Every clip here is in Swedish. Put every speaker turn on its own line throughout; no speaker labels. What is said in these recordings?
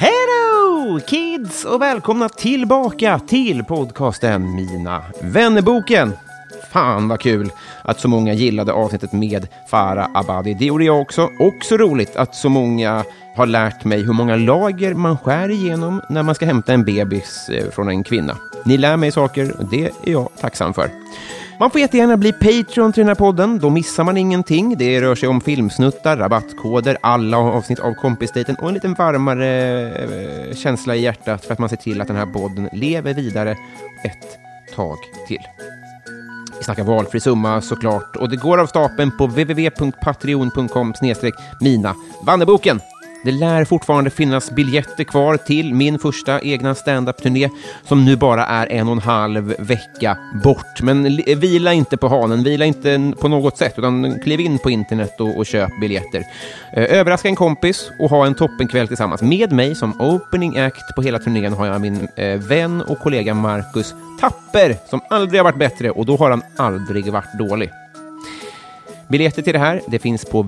Hello kids och välkomna tillbaka till podcasten Mina vännerboken. Fan vad kul att så många gillade avsnittet med Farah Abadi. Det gjorde jag också. Också roligt att så många har lärt mig hur många lager man skär igenom när man ska hämta en bebis eh, från en kvinna. Ni lär mig saker och det är jag tacksam för. Man får jättegärna bli Patreon till den här podden. Då missar man ingenting. Det rör sig om filmsnuttar, rabattkoder, alla avsnitt av Kompisdejten och en liten varmare eh, känsla i hjärtat för att man ser till att den här podden lever vidare ett tag till. Vi snackar valfri summa såklart och det går av stapeln på www.patreon.com snedstreck mina Vanneboken. Det lär fortfarande finnas biljetter kvar till min första egna standup-turné som nu bara är en och en halv vecka bort. Men li- vila inte på hanen, vila inte n- på något sätt, utan kliv in på internet och, och köp biljetter. Eh, Överraska en kompis och ha en toppenkväll tillsammans. Med mig som opening act på hela turnén har jag min eh, vän och kollega Marcus Tapper, som aldrig har varit bättre och då har han aldrig varit dålig. Biljetter till det här det finns på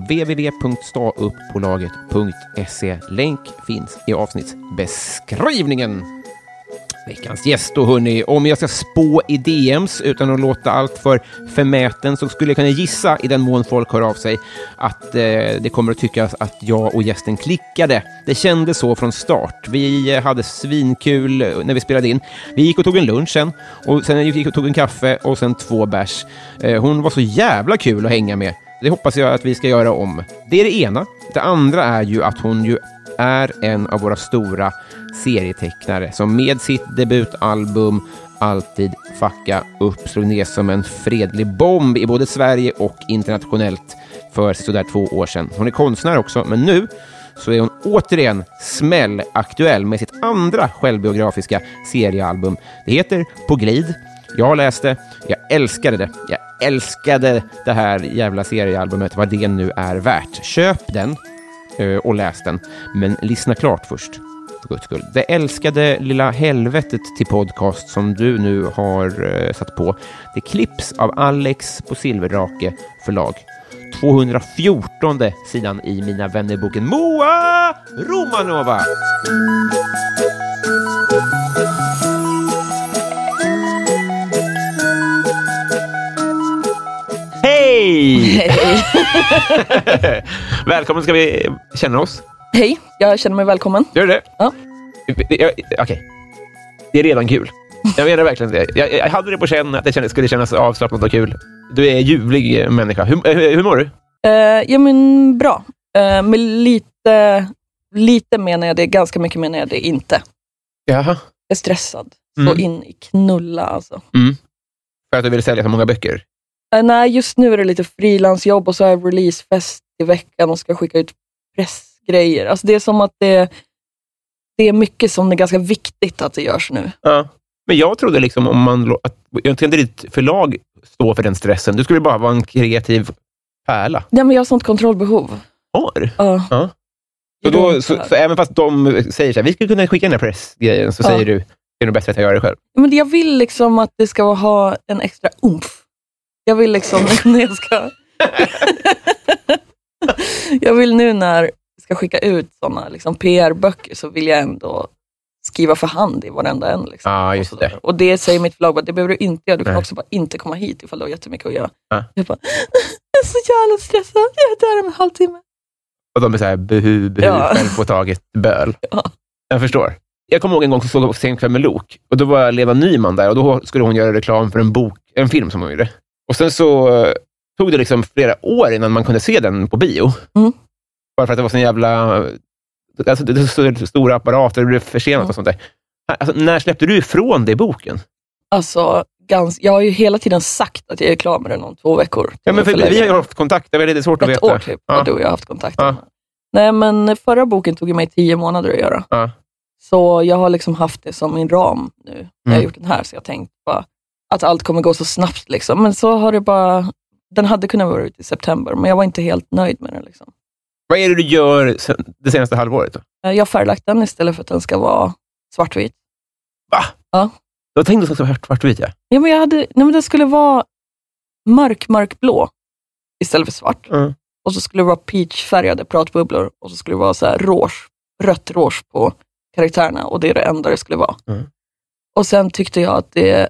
www.stauppbolaget.se. Länk finns i avsnittsbeskrivningen. Veckans gäst då, hörni. Om jag ska spå i DMs utan att låta allt för förmäten så skulle jag kunna gissa, i den mån folk hör av sig, att eh, det kommer att tyckas att jag och gästen klickade. Det kändes så från start. Vi eh, hade svinkul eh, när vi spelade in. Vi gick och tog en lunch sen, och sen gick och tog en kaffe och sen två bärs. Eh, hon var så jävla kul att hänga med. Det hoppas jag att vi ska göra om. Det är det ena. Det andra är ju att hon ju är en av våra stora serietecknare som med sitt debutalbum alltid fucka upp slog ner som en fredlig bomb i både Sverige och internationellt för sådär två år sedan. Hon är konstnär också, men nu så är hon återigen smällaktuell med sitt andra självbiografiska seriealbum. Det heter På glid jag har läst det, jag älskade det. Jag älskade det här jävla seriealbumet, vad det nu är värt. Köp den eh, och läs den, men lyssna klart först. För guds skull. Det älskade lilla helvetet till podcast som du nu har eh, satt på, det klipps av Alex på Silverdrake förlag. 214 sidan i Mina vännerboken Moa Romanova. Hej! Välkommen ska vi känna oss.
Hej, jag känner mig välkommen.
Gör du det?
Ja.
Jag- Okej. Det är redan kul. Jag menar verkligen det. Jag, jag hade det på känn att det kändes- skulle kännas avslappnat och kul. Du är en ljuvlig eh, människa. Hur, hur, hur mår du?
Eh, ja, men bra. Eh, men lite, lite menar jag det, ganska mycket menar jag det inte.
Jaha.
Jag är stressad.
Mm.
Så in i knulla alltså.
För att du vill sälja så många böcker?
Eh, nej, just nu är det lite frilansjobb och så har jag releasefest i veckan och ska skicka ut pressgrejer. Alltså det är som att det, det är mycket som är ganska viktigt att det görs nu.
Ja. Men jag trodde liksom om man... lå- Att, jag tänkte ditt förlag stå för den stressen. Du skulle bara vara en kreativ pärla.
Nej, men jag har sånt kontrollbehov.
Har?
Ja.
Ja. Så,
Mm.
då, så, så även fast de säger så här, vi skulle kunna skicka den här pressgrejen, så
Ja.
säger du, det är nog bättre att jag gör det själv.
Men jag vill liksom att det ska ha en extra umf. Jag vill liksom när jag ska... jag vill nu när jag ska skicka ut sådana liksom PR-böcker så vill jag ändå skriva för hand i varenda en. Liksom.
Ja,
och,
just
sådär.
det.
och det säger mitt förlag, bara, det behöver du inte göra. Du kan
Nej.
också bara inte komma hit ifall du har jättemycket att göra.
Ja.
Jag bara, jag är så jävla stressad. Jag är där om en halvtimme.
Och de är så här, buhu, buhu,
Ja.
självpåtaget böl.
Ja.
Jag förstår. Jag kommer ihåg en gång som såg jag på Sen kväll med Lok. Och då var Leva Nyman där och då skulle hon göra reklam för en bok, en film som hon gjorde. Och sen så eh, tog det liksom flera år innan man kunde se den på bio.
Mm.
Bara för att det var sån jävla... Alltså, det det stod stora apparater, det blev försenat
Ja.
och sånt där. Alltså, när släppte du ifrån dig boken?
Alltså, gans, jag har ju hela tiden sagt att jag är klar med den om två veckor.
Ja, men för, vi har ju haft kontakt, det är lite svårt att
ett
veta.
år typ
Ja.
har du och jag haft kontakt.
Ja.
Nej, men förra boken tog ju mig tio månader att göra.
Ja.
Så jag har liksom haft det som min ram nu. när Jag har
Mm.
gjort den här, så jag tänkt bara att allt kommer gå så snabbt. Liksom. Men så har det bara... Den hade kunnat vara ute i september, men jag var inte helt nöjd med den. Liksom.
Vad är det du gör sen, det senaste halvåret? Då?
Eh, Jag har färglagt den istället för att den ska vara svartvit.
Jag tänkte också svart- svartvit, ja.
Ja, men jag hade, nej, men den skulle vara mörk, mörkblå istället för svart.
Mm.
Och så skulle det vara peachfärgade pratbubblor och så skulle det vara så här rouge, rött rouge på karaktärerna och det är det enda det skulle vara.
Mm.
Och sen tyckte jag att det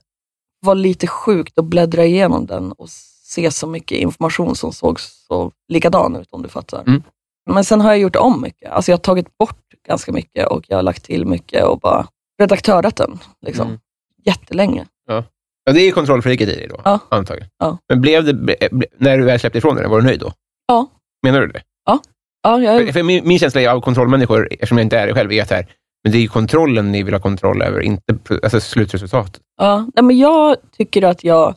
var lite sjukt att bläddra igenom den och se så mycket information som såg så likadan ut, om du fattar.
Mm.
Men sen har jag gjort om mycket. Alltså jag har tagit bort ganska mycket och jag har lagt till mycket och bara redaktörat den liksom,
Mm.
jättelänge.
Ja, det är ju kontrollfreaket i dig då,
Ja.
antagligen.
Ja.
Men blev det, ble- ble- när du väl släppte ifrån den, var du nöjd då?
Ja.
Menar du det?
Ja,
För,
jag,
för min, min känsla av kontrollmänniskor, eftersom jag inte är det själv, är att här, men det är ju kontrollen ni vill ha kontroll över, inte pro- alltså slutresultatet.
ja. Nej, men jag tycker att jag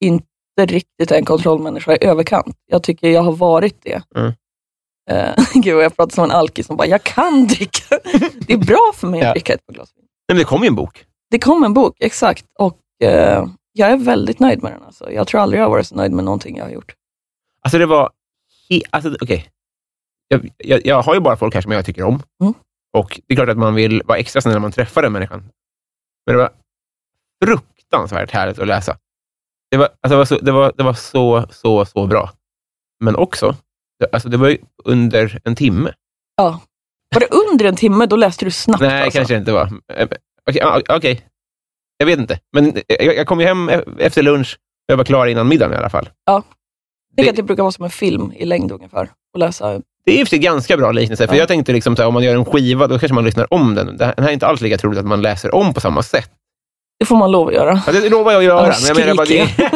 inte riktigt är en kontrollmänniska i överkant. Jag tycker jag har varit det.
Mm.
Eh, gud, jag pratar som en alkis som bara, jag kan dricka. Det är bra för mig
Ja.
att dricka ett par glas vin.
Nej, men det kom ju en bok.
Det kom en bok, exakt. Och eh, jag är väldigt nöjd med den. Alltså. Jag tror aldrig jag har varit så nöjd med någonting jag har gjort.
Alltså det var... he- Alltså, Okej. Jag, jag, jag har ju bara folk här som jag tycker om.
Mm.
Och det är klart att man vill vara extra snäll när man träffar den människan. Men det var fruktansvärt härligt att läsa. Det var, alltså, det var, så, det var, det var så, så, så bra. Men också, det, alltså, det var ju under en timme.
Var det under en timme, då läste du snabbt.
Nej,
alltså.
kanske det inte var. Eh, Okej, ah, okej. jag vet inte. Men eh, jag, jag kom ju hem e- efter lunch. Jag var klar innan middagen i alla fall.
Jag tycker
det-
att det brukar vara som en film i längd ungefär, att läsa.
Det är i och för sig ganska bra liknelse, för
Ja.
jag tänkte liksom så här, om man gör en skiva, då kanske man lyssnar om den. Det här den här är inte alls lika troligt att man läser om på samma sätt.
Det får man lov att göra.
Ja, det lovar jag att göra.
Ja,
men, jag menar bara det...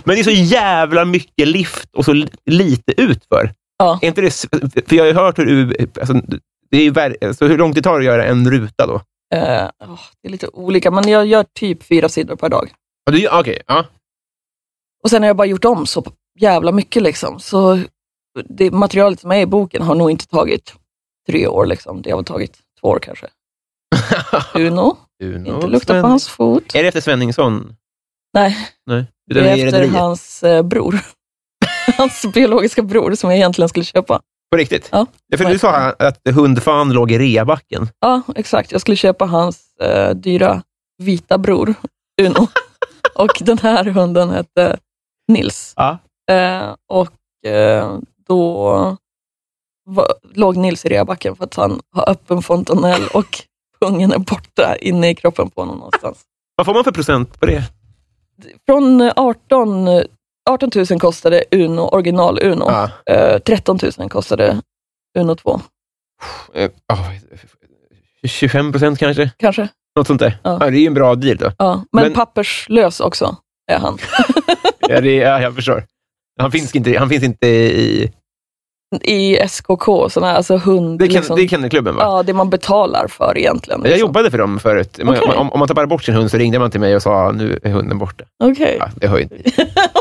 men det är så jävla mycket lift och så li- lite utför.
Ja.
Är inte det, s- för jag har ju hört hur... u- Alltså, det är ju ver- alltså, hur långt det tar att göra en ruta då?
Eh, åh, det är lite olika, men jag gör typ fyra sidor per dag.
Ja, du- Okej, ja.
Och sen har jag bara gjort om så jävla mycket. Liksom. Så det materialet som är i boken har nog inte tagit tre år. Liksom. Det har väl tagit två år kanske. Uno,
Uno,
inte lukta på
Sven-
hans fot.
Är det efter Svenningsson?
Nej.
Nej.
Det
Utan
är efter
rederiet?
hans eh, bror. hans biologiska bror som jag egentligen skulle köpa.
På riktigt?
Ja.
för du sa att hundfan låg i reabacken.
Ja, exakt. Jag skulle köpa hans eh, dyra vita bror Uno. och den här hunden hette Nils.
Ja.
Eh, och eh, då var, låg Nils i reabacken för att han har öppen fontanell och pungen är borta inne i kroppen på honom någonstans.
Vad får man för procent på det?
Från eh, 18, eh, 18 000 kostade Uno, original Uno.
Ja.
Eh, 13 000 kostade Uno 2,
Eh, ja, 25 procent kanske?
kanske.
Något sånt där.
Ja.
Ja. det är ju en bra deal då.
Ja. Men,
Men-
papperslös också är han.
Ja, det, ja, jag förstår. Han finns inte, han finns inte i...
i SKK, såna här, alltså hund...
Det är,
liksom,
liksom, det är kennelklubben, va?
ja, det man betalar för egentligen.
Jag
liksom.
jobbade för dem förut. Man,
Okej.
om, om man tappade bort sin hund så ringde man till mig och sa nu är hunden borta.
Okej,
Ja, det hör ju inte dit.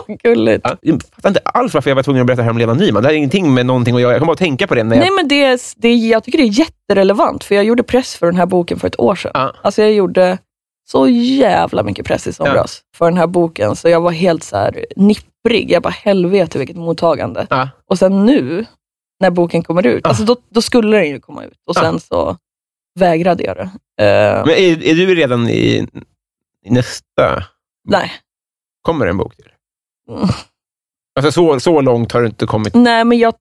gulligt.
ja, Jag fattar inte alls varför jag var tvungen att berätta det här om Lena Nyman. Det här är ingenting med någonting att göra. Jag kommer bara att tänka på det när jag...
Nej, men det, är- det, är- jag tycker det är jätterelevant, för jag gjorde press för den här boken för ett år sedan.
Ja.
Alltså jag gjorde så jävla mycket press i somras för den här boken, så jag var helt så här nipprig. Jag bara, helvete vilket mottagande.
Ja.
Och sen nu, när boken kommer ut,
Ja.
alltså då, då skulle den ju komma ut och
Ja.
sen så vägrade jag det. Eh,
Men är, är du redan i, i nästa?
nej.
Kommer en bok till?
Mm.
Alltså så, så långt har du inte kommit.
nej, men jag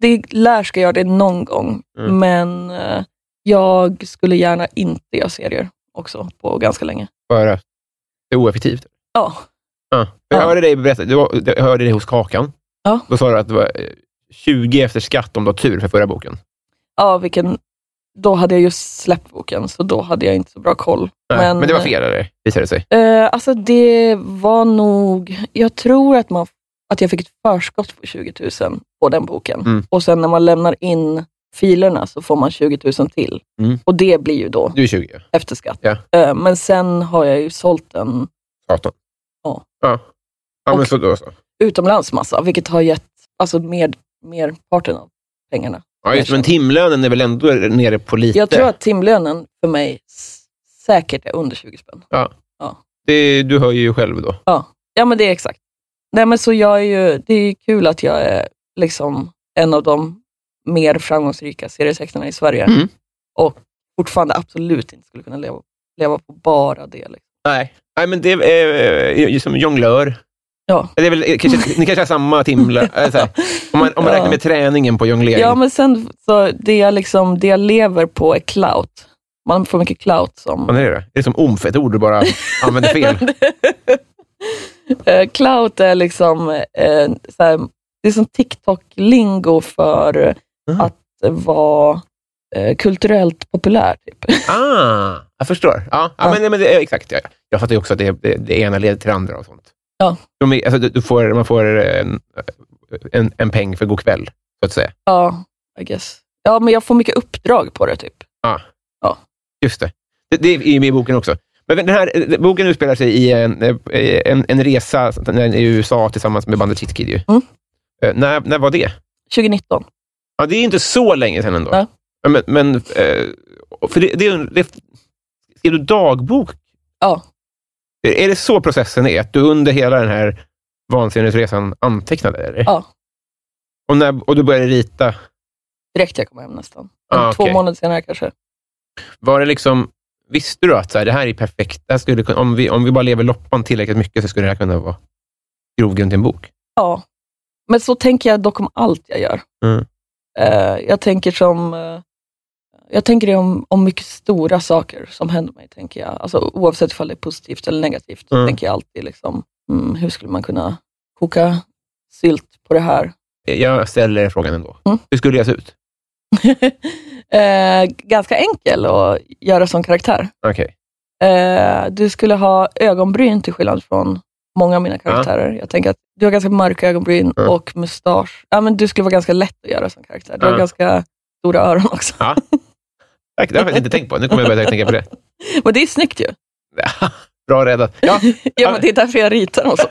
det lär ska göra det någon gång,
Mm.
men eh, jag skulle gärna inte göra serier också på ganska länge.
För att det är oeffektivt.
Ja,
Ja. Jag
Ja.
hörde dig berätta, du, var- jag hörde dig hos Kakan.
Ja.
Då sa du att det var eh, 20 efter skatt om du har tur för förra boken.
ja vilken, då hade jag just släppt boken, så då hade jag inte så bra koll.
Nej,
Men-
men, det var fler där, visade det sig.
Eh, alltså det var nog, jag tror att, man, att jag fick ett förskott på 20 000 på den boken.
Mm.
Och sen när man lämnar in filerna så får man 20 000 till.
Mm.
Och det blir ju då
Du är 20.
efter skatt.
Ja.
Eh, men sen har jag ju sålt den
18.
Ja.
Ja, ja men
Och-
så då så.
utomlands massa, vilket har gett alltså, mer, mer parten av pengarna.
Ja, just, det, men timlönen är väl ändå nere på lite?
Jag tror att timlönen för mig s- säkert är under 20 spänn.
det, du hör ju själv då.
Ja, men det är exakt. Nej, men så jag är ju, det är ju kul att jag är liksom en av de mer framgångsrika serietecknarna i Sverige
Mm.
och fortfarande absolut inte skulle kunna leva, leva på bara det. Liksom.
Nej, Nej men det är eh, ju som jonglör.
Ja.
Det är väl, eh, kanske, ni kanske har samma timlön? eh, så här. Om man, om man
Ja.
räknar med träningen på jonglering.
Ja, men sen så det jag, liksom, det jag lever på är clout. Man får mycket clout
Vad
som...
är det? Är det som omf, ett ord du bara använder fel?
Eh, clout är liksom, eh, så här, det är som TikTok-lingo för
Mhm.
att vara eh, kulturellt populär. Typ.
ah, jag förstår. Ja, ja,
Ja.
Men, nej, men det, är- exakt. Ja. ja. Jag fattar ju också att det, det, det ena leder till det andra och sånt.
Ja.
De är, alltså, du, du får, man får en, en, en peng för god kväll, så att säga.
Ja, I guess. Ja, men jag får mycket uppdrag på det typ.
Just det. Det, det är ju med i boken också. Men den här eh, boken utspelar sig i en, eh, en, en resa i USA tillsammans med bandet Chitkid. ju.
Mm.
Eh, När, när var det?
2019.
Ja, det är inte så länge sedan ändå.
Nej.
Ja, Men, men, eh, för det, det, är en- det, skrev du dagbok?
Ja.
Är, är det så processen är? Att du under hela den här vansinnesresan antecknade? Eller?
Ja.
Och, när, och du började rita?
Direkt jag kom hem nästan. Men
Ah,
Två
okej.
månader senare kanske.
Var det liksom, visste du att så här, det här är perfekt? Det här skulle, kunna- om, vi, om vi bara lever loppan tillräckligt mycket så skulle det här kunna vara grogrund till en bok?
Ja. Men så tänker jag dock om allt jag gör.
Mm.
Eh, jag tänker som... eh, jag tänker det om, om mycket stora saker som händer mig, tänker jag. Alltså, oavsett om det är positivt eller negativt, så
Mm.
tänker jag alltid liksom, mm, hur skulle man kunna koka sylt på det här?
Eh, Jag ställer frågan ändå.
Mm.
Hur skulle jag se ut?
eh, ganska enkel att göra som karaktär.
Okej.
Eh, du skulle ha ögonbryn till skillnad från många av mina karaktärer. Jag tänker att du har ganska mörka ögonbryn
Ja.
och mustasch. Ja, men du skulle vara ganska lätt att göra som karaktär. Du har
Ja.
ganska stora öron också.
Tack, Det har jag faktiskt inte tänkt på. Nu kommer jag börja tänka på det.
Men det är snyggt ju.
Bra räddat. Ja.
Ja, men det är därför jag ritar och så.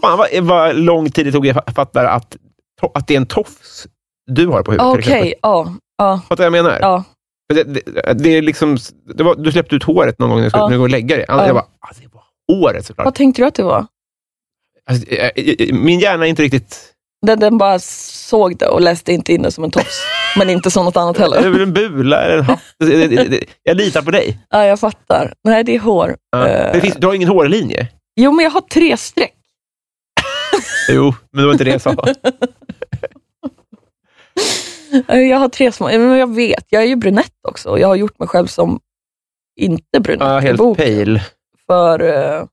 Fan, vad, vad lång tid det tog jag fattar att, att det är en tofs du har på huvudet. till
Okej,
exempel.
ja. ja,
Fattar du vad jag menar?
ja.
För Det, det, det är liksom, det var, du släppte ut håret någon gång när du skulle
Ja.
när du gå och lägga dig. Annars
Ja.
Jag bara, ah, det var håret såklart.
Vad tänkte du att det var?
Alltså, eh, eh, min hjärna är inte riktigt...
Den, den bara såg det och läste inte in det som en tofs, men inte som något annat
Det är
heller.
väl en bula eller en hatt. Det- det- det- Jag litar på dig.
Ja, jag fattar. Nej, det är hår.
Ja.
Eh.
Det finns, du har ingen hårlinje.
Jo, men jag har tre streck.
Jo, men det var inte det jag sa.
Eh, Jag har tre små, men jag vet, jag är ju brunett också och jag har gjort mig själv som inte brunett
Ja,
i
helt
boken
pale.
för, eh,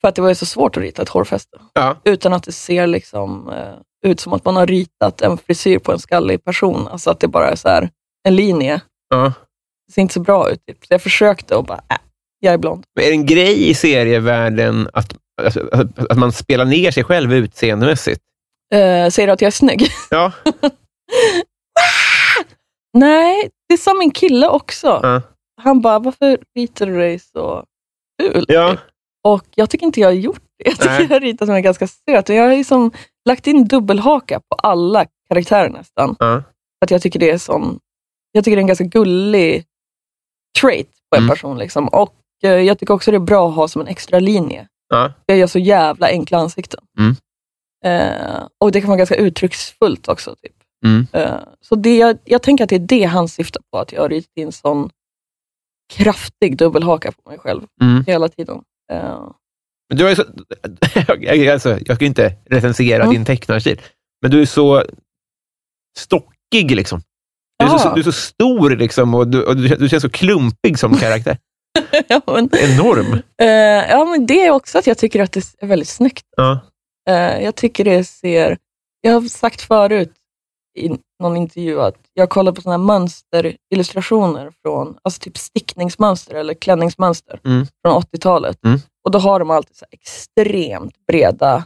för att det var ju så svårt att rita ett hårfäste.
Ja.
Utan att det ser liksom eh, ut som att man har ritat en frisyr på en skallig person. Alltså att det bara är så här, en linje.
Ja.
Det ser inte så bra ut. Typ. Så jag försökte och bara, äh, jag är blond.
Men är det en grej i serievärlden att, alltså, att, att man spelar ner sig själv utseendemässigt?
Eh, säger du att jag är snygg?
Ja.
Nej, det sa min kille också.
Ja.
Han bara, varför ritar du dig så ful?
ja.
Och jag tycker inte jag har gjort det. Jag tycker
Nej.
jag har ritat som är ganska söt. Och Jag har liksom lagt in dubbelhaka på alla karaktärer nästan.
Ja.
För Att jag tycker det är sån, jag tycker det är en ganska gullig trait på en
Mm.
person. Liksom. Och eh, jag tycker också det är bra att ha som en extra linje.
Ja.
Jag gör så jävla enkla ansikten.
Mm.
Eh, och det kan vara ganska uttrycksfullt också. Typ.
Mm.
Eh, så det, jag, jag tänker att det är det han syftar på, att jag har ritat in sån kraftig dubbelhaka på mig själv
Mm.
hela tiden. Eh,
Men du är så, jag- alltså, jag ska ju inte recensera
Mm.
din tecknarstil, men du är så stockig. Liksom. Du, är så,
Ja.
du är så stor liksom, och, du, och du, du känns så klumpig som karaktär.
ja, men,
Enorm.
eh, ja, men det är också att jag tycker att det är väldigt snyggt.
Ja.
Eh, jag tycker det ser... Jag har sagt förut i någon intervju att jag kollar på såna här mönsterillustrationer från, alltså typ stickningsmönster eller klänningsmönster
Mm.
från 80-talet.
Mm.
Och då har de alltid så här extremt breda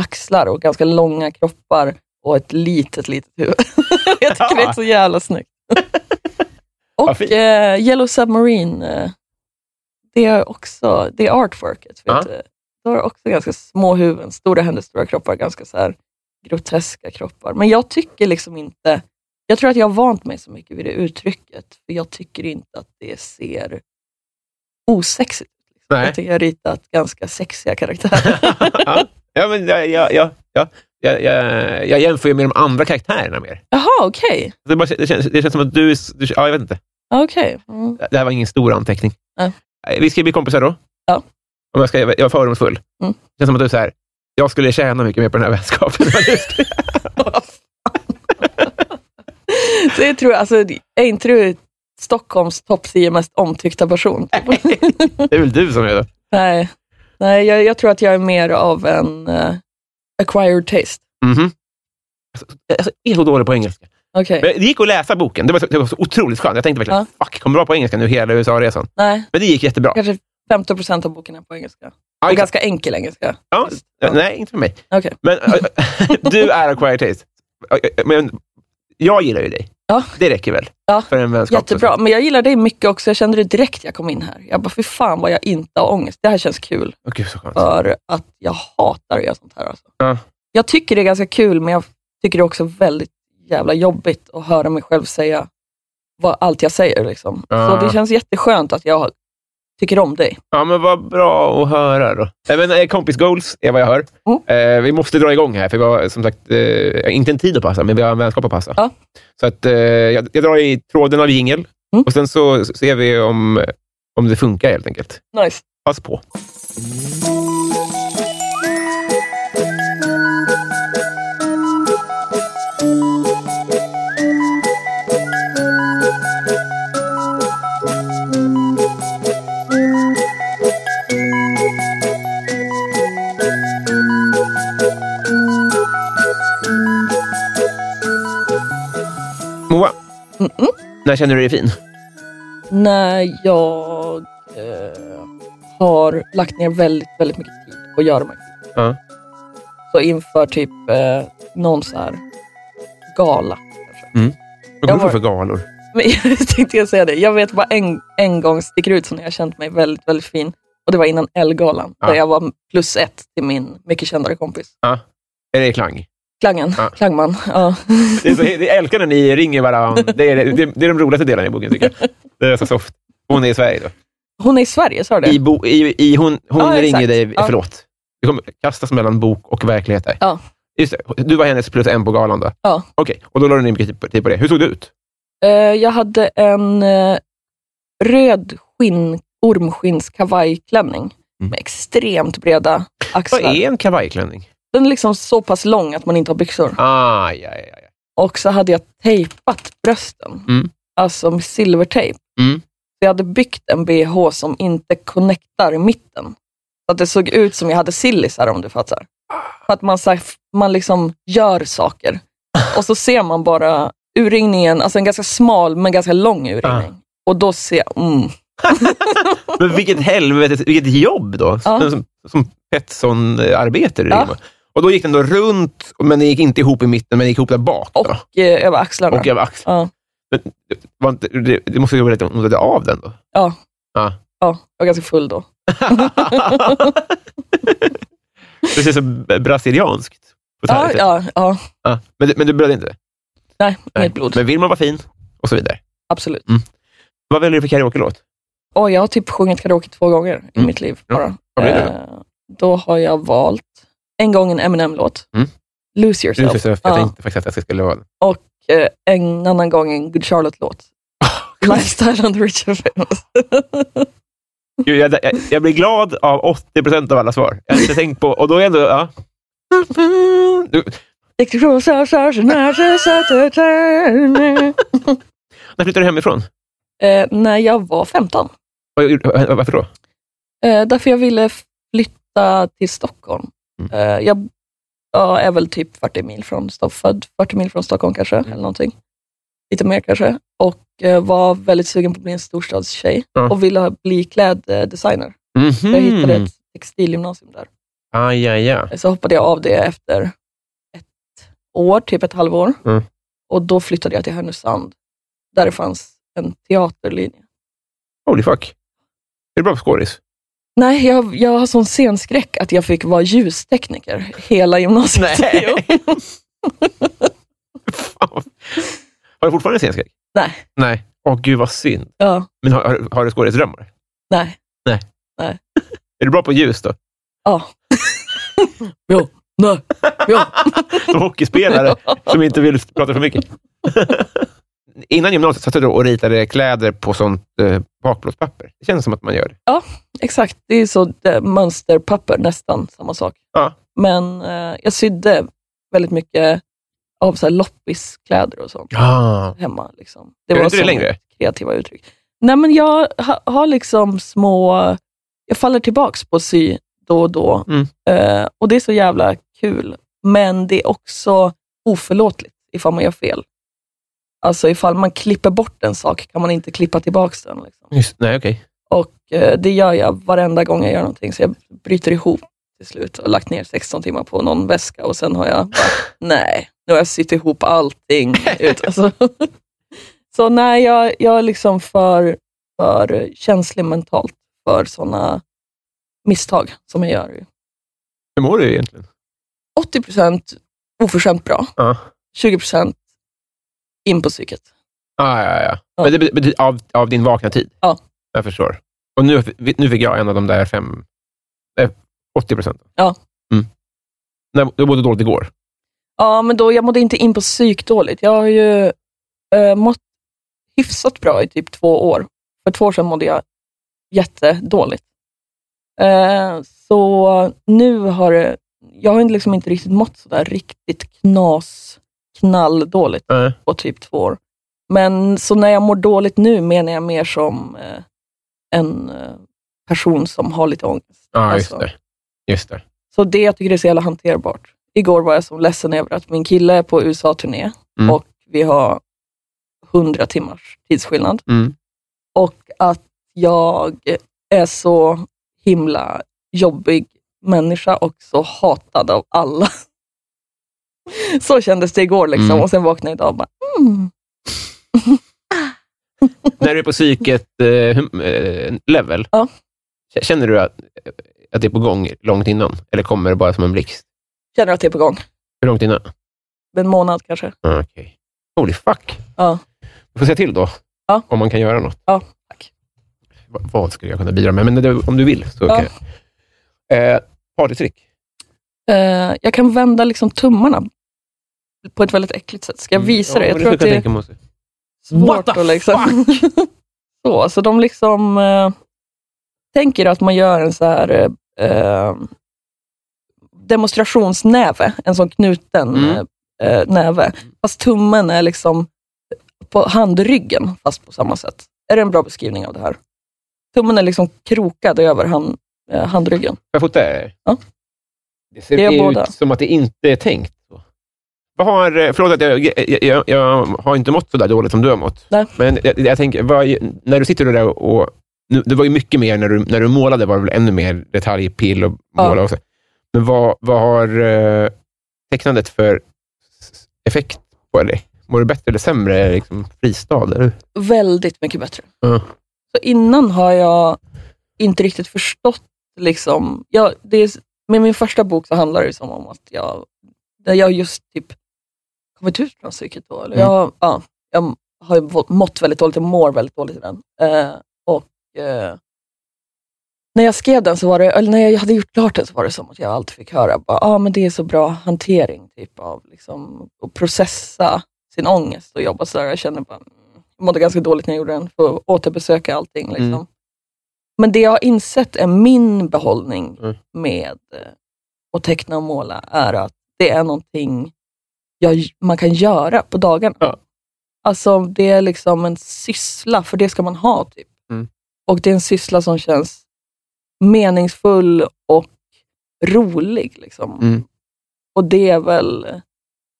axlar och ganska långa kroppar och ett litet, litet huvud. jag tycker det är så jävla snyggt.
Vad
och
fint.
eh, Yellow Submarine, eh, det är också, det är artworket. Vet
Ja.
du? Då har också ganska små huvuden, stora händer, stora kroppar, ganska så här groteska kroppar. Men jag tycker liksom inte, jag tror att jag har vant mig så mycket vid det uttrycket, för jag tycker inte att det ser osexigt ut.
Nej.
Jag tycker jag har ritat ganska sexiga karaktärer.
ja. ja, men jag, jag, jag, jag, jag, jag, jag jämför ju med de andra karaktärerna mer.
Jaha, okej.
Det, bara, det, känns, det känns som att du, är s- du... Ja, jag vet inte.
Okej. Mm.
Det här var ingen stor anteckning.
Nej.
Eh, Vi ska bli kompisar då.
Ja.
Om jag, ska, jag är fördomsfull.
Mm.
Det känns som att du är så här, jag skulle tjäna mycket mer på den här vänskapen.
Så jag tror, alltså, är inte du Stockholms topp 10 mest omtyckta person?
det är väl du som är det?
Nej, Nej jag, jag tror att jag är mer av en eh, acquired taste.
Mhm. Alltså, jag är så dålig på engelska.
Okej,
Men det gick att läsa boken. Det var så, det var så otroligt skönt. Jag tänkte verkligen, fuck, kommer bra på engelska nu hela USA-resan.
nej,
Men det gick jättebra.
kanske 15 procent av boken är på engelska.
Ja,
Och
exakt.
ganska enkel engelska.
Ja,
Ja.
Nej, inte för mig.
Okej.
Men eh, du är acquired taste. Eh, Men jag gillar ju dig.
Ja.
Det räcker väl?
Ja,
För en vänskap.
Jättebra, men jag gillar dig mycket också. Jag kände det direkt jag kom in här. Jag bara, fy fan vad jag inte har ångest. Det här känns kul,
Åh, Gud, så skönt.
för att jag hatar att göra sånt här. Alltså.
Ja.
Jag tycker det är ganska kul, men jag tycker det är också väldigt jävla jobbigt att höra mig själv säga vad, allt jag säger. Liksom.
Ja.
Så det känns jätteskönt att jag tycker om dig.
Ja, men vad bra att höra då. Nej, men, eh, kompis goals är vad jag hör.
Mm.
Eh, vi måste dra igång här, för vi har som sagt eh, inte en tid att passa, men vi har en vänskap att passa.
Ja.
Så att, eh, jag, jag drar i tråden av jingel
Mm.
och sen så ser vi om, om det funkar helt enkelt.
Nice.
Pass på. Moa,
Mm-mm.
när känner du dig fin?
När jag eh, har lagt ner väldigt, väldigt mycket tid på att göra mig.
Ja.
Så inför typ eh, någon så här gala.
Vad går
Jag
du
har-
för galor?
Men jag tänkte jag säga det. Jag vet bara en, en gång sticker ut som när jag känt mig väldigt, väldigt fin. Och det var innan Ellegalan,
Ja.
där jag var plus ett till min mycket kändare kompis.
Är det klang?
Klangen,
Ja.
Klangman. Ja.
Det är så, jag älskar när ni ringer varandra. Det är, det, det är de roligaste delarna i boken, tycker jag. Det är så soft. Hon är i Sverige då.
Hon är i Sverige, sa du
I
det?
bo, i, i, hon hon
Ja, exakt.
ringer dig,
Ja.
förlåt. Du kommer kastas mellan bok och verklighet där.
Ja.
Just det, du var hennes plus en på galan då?
Ja.
Okej, och då la du ner mycket tid på- tid på det. Hur såg det ut?
Eh, jag hade en eh, röd skinn, ormskinnskavajklänning
Mm.
med extremt breda
Vad
axlar.
är en kavajklänning?
Den är liksom så pass lång att man inte har byxor.
Ah, ja, ja, ja.
Och så hade jag tejpat brösten,
Mm.
alltså med silvertejp.
Mm.
Så jag hade byggt en bh som inte connectar i mitten. Så att det såg ut som jag hade sillisar om du fattar. För att man, så här, man liksom gör saker och så ser man bara urringningen, alltså en ganska smal men ganska lång urringning.
Ah.
Och då ser jag, mm,
Men vilket helvete, vilket jobb då!
Ja.
Som, som Pettersson-arbete du
Ja.
ringer med. Och då gick den då runt, men den gick inte ihop i mitten, men den gick ihop där bak. Då.
och eh, över axlarna.
Ah. och över axeln.
Ja,
Var inte- Det, det måste ju vara lite hon hade av den då.
ja,
Ja.
ja, jag var ganska full då.
Precis som brasilianskt. På ett
Ja,
härligt sätt.
ja, ja,
Ja. Men, du- men du bröd inte? det?
nej,
Nej.
inget blod.
Men vill man vara fin och så vidare.
Absolut.
Vad väljer du för karaoke-låt?
Och jag har typ sjungit karaoke två gånger i
Mm.
mitt liv
Ja.
bara.
Vad blir det då?
Eh, då har jag valt en gång en Eminem-låt,
Mm.
Lose
Du,
Yourself,
Josef, jag
Ja.
tänkte faktiskt att det skulle vara
och eh, en annan gång en Good Charlotte-låt. Lifestyle on the rich and famous.
Gud, jag, jag, jag blir glad av 80 procent av alla svar. Jag har inte tänkt på... Och då är ändå... Ja. Du,
Diktion, så, så, så, när, så, så, så, så.
när flyttade du hemifrån?
Eh, När jag var 15,
Vad gjorde- Varför då?
eh, därför jag ville flytta till Stockholm.
Mm.
Eh, Jag ja, är väl typ 40 mil från, Sto- född 40 mil från Stockholm kanske,
Mm.
eller någonting. Lite mer kanske. Och eh, var väldigt sugen på att bli en storstadstjej
Ja. Mm.
och ville ha- bli kläddesigner. Så Mm-hmm. jag hittade ett textilgymnasium där. Eh,
Ah, ja, ja.
Så hoppade jag av det efter ett år, typ ett halvår.
Mm.
Och då flyttade jag till Härnösand, där det fanns en teaterlinje.
Holy fuck. Är du bra på skådis?
Nej, jag, jag har sån scenskräck att jag fick vara ljustekniker hela gymnasiet. Jo.
Fan, vad- har du fortfarande scenskräck?
Nej.
Nej. Åh, gud vad synd.
Ja,
Men har, har, har du skådisdrömmar?
nej.
Är du bra på ljus då?
Ja. jo, nej. Jo.
Som hockeyspelare som inte vill prata för mycket. Innan gymnasiet satt du då och ritade kläder på sånt eh, bakplåtspapper. Det känns som att man gör det.
Exakt, det är så det, mönsterpapper, nästan samma sak.
Ja.
Men eh, jag sydde väldigt mycket av så här loppiskläder och sånt
Ja.
hemma. Liksom.
Gör du inte det
så
längre?
kreativa uttryck. Nej, men jag ha, har liksom små... Jag faller tillbaks på sy då och då.
Mm.
Eh, och det är så jävla kul. Men det är också oförlåtligt ifall man gör fel. Alltså ifall man klipper bort en sak kan man inte klippa tillbaks den. Liksom.
Just, nej, okej.
Och eh, det gör jag varenda gång jag gör någonting, så jag bryter ihop till slut. Jag har lagt ner 16 timmar på någon väska och sen har jag bara, nej, nu har jag sytt ihop allting. Ut. Alltså, så nej, jag, jag är liksom för, för känslig mentalt för sådana misstag som jag gör.
Hur mår du egentligen?
80 procent oförskämt bra,
Ja.
20 procent in på psyket.
Ah, ja, ja, ja.
Ja.
Men det bety- betyder av, av din vakna tid?
Ja.
Jag förstår. Och nu, nu fick jag en av de där fem... eh, 80 procenten?
Ja.
Mm. Nej, du mådde dåligt igår?
Ja, men då, jag mådde inte in på psykdåligt. Jag har ju eh, mått hyfsat bra i typ två år. För två år sedan mådde jag jättedåligt. Eh, så nu har det- jag har liksom inte riktigt mått sådär riktigt knas, knalldåligt
Nej.
på typ två år. Men så när jag mår dåligt nu menar jag mer som eh, en eh, person som har lite ångest.
Ja, just
Alltså.
det. Just det.
Så det jag tycker det är så jävla hanterbart. Igår var jag som ledsen över att min kille är på USA-turné
Mm.
och vi har 100 timmars tidsskillnad.
Mm.
Och att jag är så himla jobbig människa och så hatad av alla. Så kändes det igår liksom.
Mm.
och sen vaknade jag idag och bara, mm.
När du är på psyket eh, hum- eh, level,
Ja.
k- känner du att, att det är på gång långt innan? Eller kommer det bara som en blixt?
känner du att det är på gång?
Hur långt innan?
En månad kanske?
Ah, okej. Holy fuck.
Ja.
Du får se till då,
Ja.
om man kan göra något.
Ja, tack.
Va- vad skulle jag kunna bidra med? Men det, om du vill så
Ja.
kan jag. Eh, partytrick.
Eh, jag kan vända liksom tummarna på ett väldigt äckligt sätt. Ska jag visa dig?
Mm. Ja,
Jag tror att
skulle
det
jag tänka mig också. What
svårt
the
att liksom... så, så de liksom eh, tänker att man gör en så här eh, eh, demonstrationsnäve, en sån knuten
Mm.
eh, eh, näve. Fast tummen är liksom på handryggen, fast på samma sätt. Är det en bra beskrivning av det här? Tummen är liksom krokad över hand, eh, handryggen.
Får jag fota er?
Ja.
Det ser
Det är
ut
båda.
som att det inte är tänkt. så. Vad har, eh, förlåt att jag, jag, jag, jag har inte mått så där dåligt som du har mått.
Nej.
Men jag, jag tänker, vad, när du sitter där och... och nu, det var ju mycket mer när du, när du målade, var det väl ännu mer detaljpill och
Ja.
måla och så. Men vad, vad har eh, tecknandet för s- effekt på dig? Mår du bättre eller sämre liksom, fristad? Eller? hur?
Väldigt mycket bättre.
Ja.
Så innan har jag inte riktigt förstått, liksom, jag, det är, med min första bok så handlar det ju som om att jag, där jag just typ kommit ut från psyket då. Eller
Mm.
jag, ja, jag har ju vå- mått väldigt dåligt och mår väldigt dåligt i den. Eh, och eh, när jag skrev den, så var det, eller när jag hade gjort klart den, så var det som att jag alltid fick höra bara, ah, men det är så bra hantering typ av liksom, att processa sin ångest och jobba sådär. Jag känner bara, mm, jag mådde ganska dåligt när jag gjorde den, för att återbesöka allting. Liksom.
Mm.
Men det jag har insett är min behållning
Mm.
med eh, att teckna och måla är att det är någonting jag, man kan göra på dagarna.
Ja.
Alltså det är liksom en syssla, för det ska man ha. typ.
Mm.
Och det är en syssla som känns meningsfull och rolig. Liksom.
Mm.
Och det är väl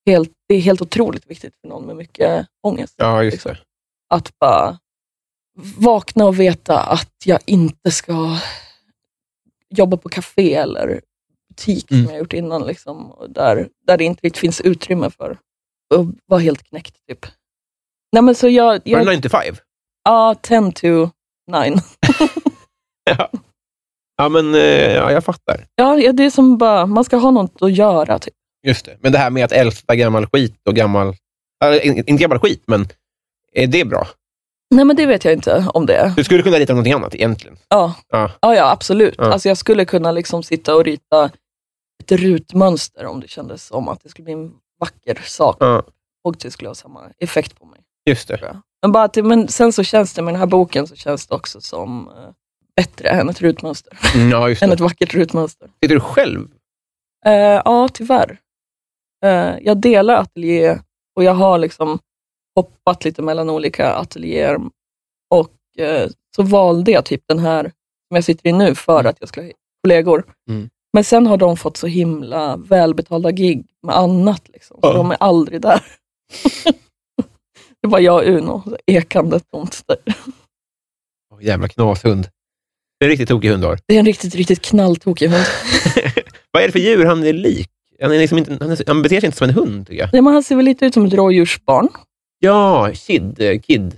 helt, det är helt otroligt viktigt för någon med mycket ångest.
Ja, just det.
Att bara vakna och veta att jag inte ska jobba på café eller butik
Mm.
som jag gjort innan. Liksom, och där, där det inte riktigt finns utrymme för att vara helt knäckt. Typ. Nej, men så jag,
Var
jag,
det 9 to 5?
ja, 10 to 9.
Ja, men eh, ja, jag fattar.
Ja, ja, det är som bara, man ska ha något att göra. Typ.
Just det. Men det här med att älta gammal skit och gammal... Äh, in- inte gammal skit, men är det bra?
Nej, men det vet jag inte om det är.
Du skulle kunna rita någonting annat egentligen.
Ja,
Ja.
ja. ja absolut.
Ja.
Alltså, jag skulle kunna liksom sitta och rita ett rutmönster om det kändes som att det skulle bli en vacker sak
Ja,
och det skulle ha samma effekt på mig.
just det.
Tror jag. Men, bara att, det- men sen så känns det med den här boken så känns det också som eh, bättre än ett rutmönster.
Mm, ja, just
än
det.
ett vackert rutmönster.
Sitter du själv?
Eh, ja, tyvärr. Eh, jag delar ateljé och jag har liksom hoppat lite mellan olika ateljéer. Och eh, så valde jag typ den här som jag sitter i nu för att jag skulle ha kollegor.
Mm.
Men sen har de fått så himla välbetalda gig med annat. Liksom. Så
Ja.
De är aldrig där. det var jag och Uno, så ekande tomt. där.
Åh, jävla knashund. Det är en riktigt tokig hund du har.
Det är en riktigt, riktigt knalltokig hund.
Vad är det för djur han är lik? Han, är liksom inte, han, är, han beter sig inte som en hund, tycker jag.
Nej, men han ser väl lite ut som ett rådjursbarn.
Ja, kid. eh, kid.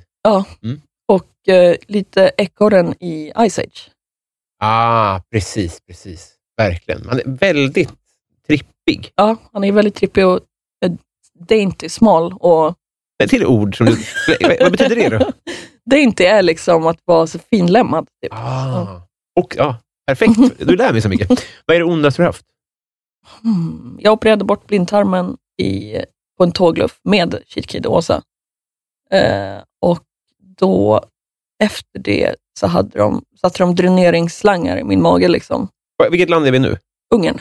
Och eh, lite ekorren i Ice Age.
Ah, precis, precis. Verkligen. Han är väldigt trippig.
Ja, han är väldigt trippig och eh, dainty, smal. Och
Ett till ord som du... vad- vad betyder det då?
dainty är liksom att vara så finlämmad. Typ.
Ah, och, ja, perfekt. Du lär mig så mycket. Vad är det ondaste du har haft?
Hmm. Jag opererade bort blindtarmen i, på en tågluff med Kid Åsa. Eh, och då, efter det, så hade de, satte de dräneringsslangar i min mage. Liksom.
Va- Vilket land är vi i nu?
Ungern.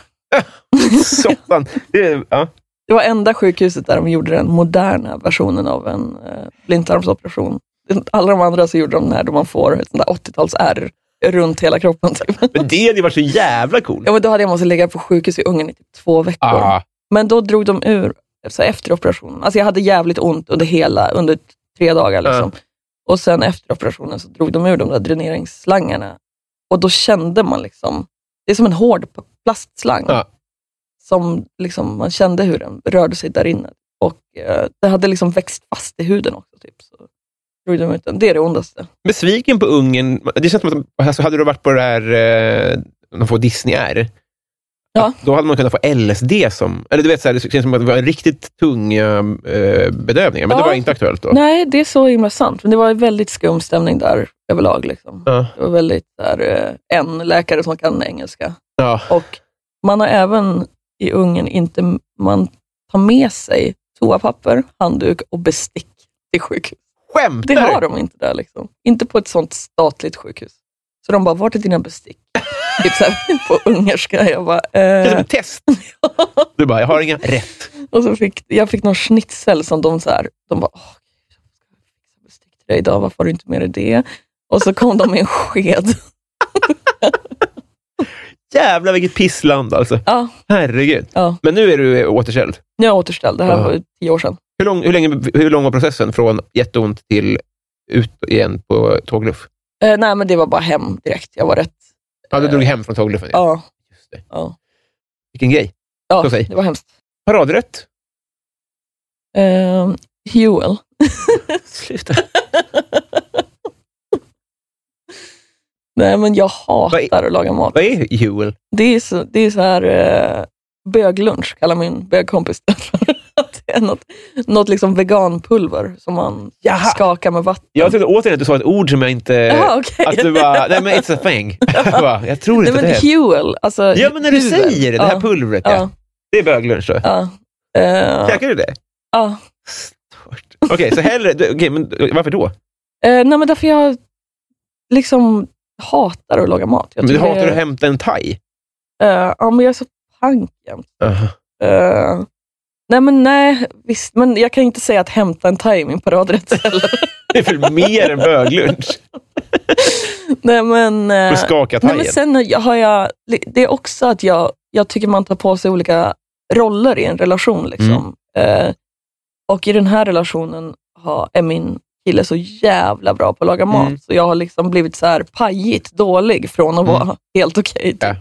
Soppan. Det är- Ja.
Det var enda sjukhuset där de gjorde den moderna versionen av en eh, blindtarmsoperation. Alla de andra så gjorde de den här då man får ett sånt där 80-tals-ärr runt hela kroppen. Typ.
Men det hade ju varit så jävla coolt.
Ja, men då hade jag måste ligga på sjukhus i Ungern i typ två veckor.
Ah,
Men då drog de ur så här, efter operationen. Alltså jag hade jävligt ont under hela, under tre dagar. Liksom. Och sen efter operationen så drog de ur de där dräneringsslangarna. Och då kände man liksom, det är som en hård p- plastslang.
Ja.
Som liksom, man kände hur den rörde sig där inne. Och eh, det hade liksom växt fast i huden också. Typ. Så drog de ut den. Det är det ondaste.
besviken på Ungern. Det känns som att alltså, hade du varit på det här, eh, de får Disney är
Ja.
då hade man kunnat få LSD som... Eller du vet, så här, det känns som att det var en riktigt tung eh, bedövning, men det
Ja.
var inte aktuellt då.
Nej, det är så himla sant. Men det var en väldigt skum stämning där överlag. Liksom.
Ja.
Det var väldigt där, eh, en läkare som kan engelska.
Ja.
Och man har även i Ungern inte, man tar med sig toapapper, handduk och bestick till sjukhus.
Skämtar du?
Det har de inte där. liksom. Inte på ett sånt statligt sjukhus. Så de bara, vart är dina bestick? typ så här, på ungerska. Jag bara,
Det är som
eh.
ett test. Du bara, jag har inga rätt.
Och så fick, jag fick någon schnitzel som de så här, de bara, åh, jag ska fixa bestick till dig idag, varför har du inte med dig det? Och så kom de med en sked.
Jävlar vilket pissland alltså.
Ja,
Herregud.
Ja.
Men nu är du eh, återställd.
nu har jag återställt. Det här
Ja.
var tio år sedan.
Hur lång, hur, länge, hur lång var processen från jätteont till ut igen på tågluff?
Eh, nej, men det var bara hem direkt. Jag var rätt,
Ja, du drog hem från tågluffen. Ja.
ja,
Just det.
ja.
Vilken grej.
Ja,
Så säg.
det var hemskt.
Paradrätt.
Uh, Huel.
Sluta.
Nej, men jag hatar att laga mat.
Vad är Huel?
Det är så, det är så här eh, böglunch, kallar min bögkompis det för. Det är något, något liksom veganpulver som man
Jaha.
skakar med vatten.
Jag tyckte återigen att du sa ett ord som jag inte...
Jaha, okej.
Att du bara, nej men it's a thing. Jag, bara, jag tror
Nej
inte
men
att det är...
Huel, alltså
Ja, men när du
Huel.
säger det, det här
Ja,
pulvret ja.
Ja,
Det är böglunch då.
ja. Eh,
Käkar du det?
ja.
Stört. Okej, så hellre... du- Okej, men varför då?
Eh, nej men därför jag liksom hatar att laga mat. Jag
Men du
tycker
hatar
det-
att hämta en thai?
Eh, ja, men jag är så pank jämt.
Aha.
Eh, nej, men nej, visst. Men jag kan inte säga att hämta en thai är min paradrätt heller.
Det är väl mer än böglunch?
nej, men, eh,
Att skaka
nej,
thaien?
men sen har jag... Det är också att jag, jag tycker man tar på sig olika roller i en relation. Liksom.
Mm.
Eh, och i den här relationen har, är min kille så jävla bra på att laga mat,
Mm.
så jag har liksom blivit så här pajigt dålig från att
Mm.
vara helt okej. typ.
Ja.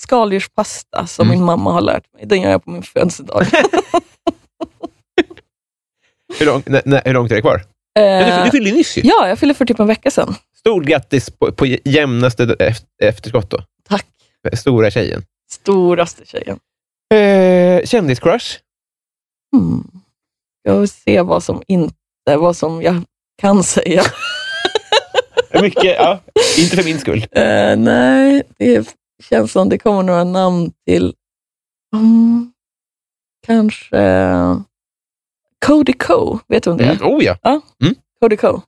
Skaldjurspasta som
Mm.
min mamma har lärt mig, den gör jag på min födelsedag.
Hur, lång, nej, nej, hur långt är det kvar? Men du,
Eh,
du fyllde ju nyss ju.
ja, jag fyllde för typ en vecka sedan.
Stort grattis på, på jämnaste eft- efterskott då. Eh,
Tack.
Stora tjejen.
Storaste tjejen.
Eh, Kändiscrush?
Hmm. Jag vill se vad som inte, vad som jag kan säga.
Mycket, ja. Inte för min skull.
Eh, nej, det känns som det kommer några namn till. Mm, kanske eh, Cody Co. Vet du om det är?
Mm. Oh ja.
Cody Co.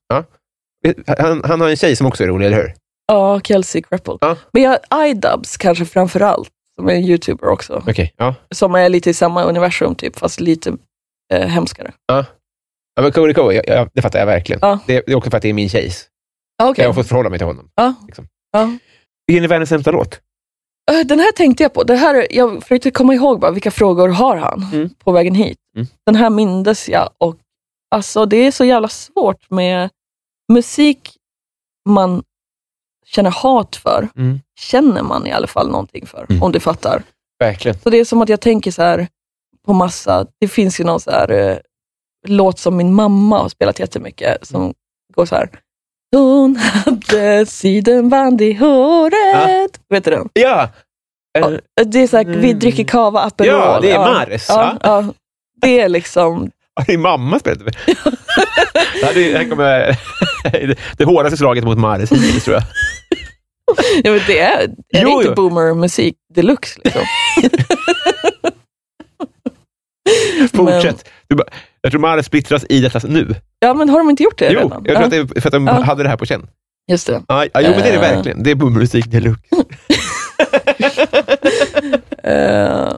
Han, han har en tjej som också är rolig, eller hur?
Ja, Kelsey Crapple.
Ja.
Men jag iDubbbz kanske framför allt, som är en youtuber också,
Okej. Ja.
som är lite i samma universum, typ, fast lite eh, hemskare.
Ja, men Cody Cole, ja, ja, det fattar jag verkligen.
Ja.
Det, det är också för att det är min tjejs.
Ah, okay.
Jag har fått förhålla mig till honom.
Ja.
Liksom.
Ja.
Vilken är världens sämsta låt?
Eh, Den här tänkte jag på. Det här, jag försökte komma ihåg bara, vilka frågor har han
Mm.
på vägen hit.
Mm.
Den här mindes jag. Och, alltså, det är så jävla svårt med musik man känner hat för.
Mm.
Känner man i alla fall någonting för,
Mm.
om du fattar.
Verkligen.
Så det är som att jag tänker så här på massa, det finns ju någon så här eh, låt som min mamma har spelat jättemycket,
Mm.
som går så här. Hon hade sidenband i håret. Vet du den?
Ja! Eh,
Ja, Det är såhär, vi
Mm.
dricker kava, Aperol.
Ja, det är Mars,
Ja, ja. Det är liksom,
Har din mamma spelat det? det? här- Det här kommer... det- Det hårdaste slaget mot Mares hittills, tror jag.
ja, men det är, är
Jo,
det inte
jo.
boomer-musik deluxe. Liksom.
Fortsätt. Du bara, jag tror Mares splittras i detta nu.
Ja, men har de inte gjort det
Jo,
redan?
jag tror
ja,
att det är för att de
Ja.
hade det här på känn.
Just det.
Ja, ja, jo, men det är det
Eh.
verkligen. Det är boomermusik deluxe.
Eh,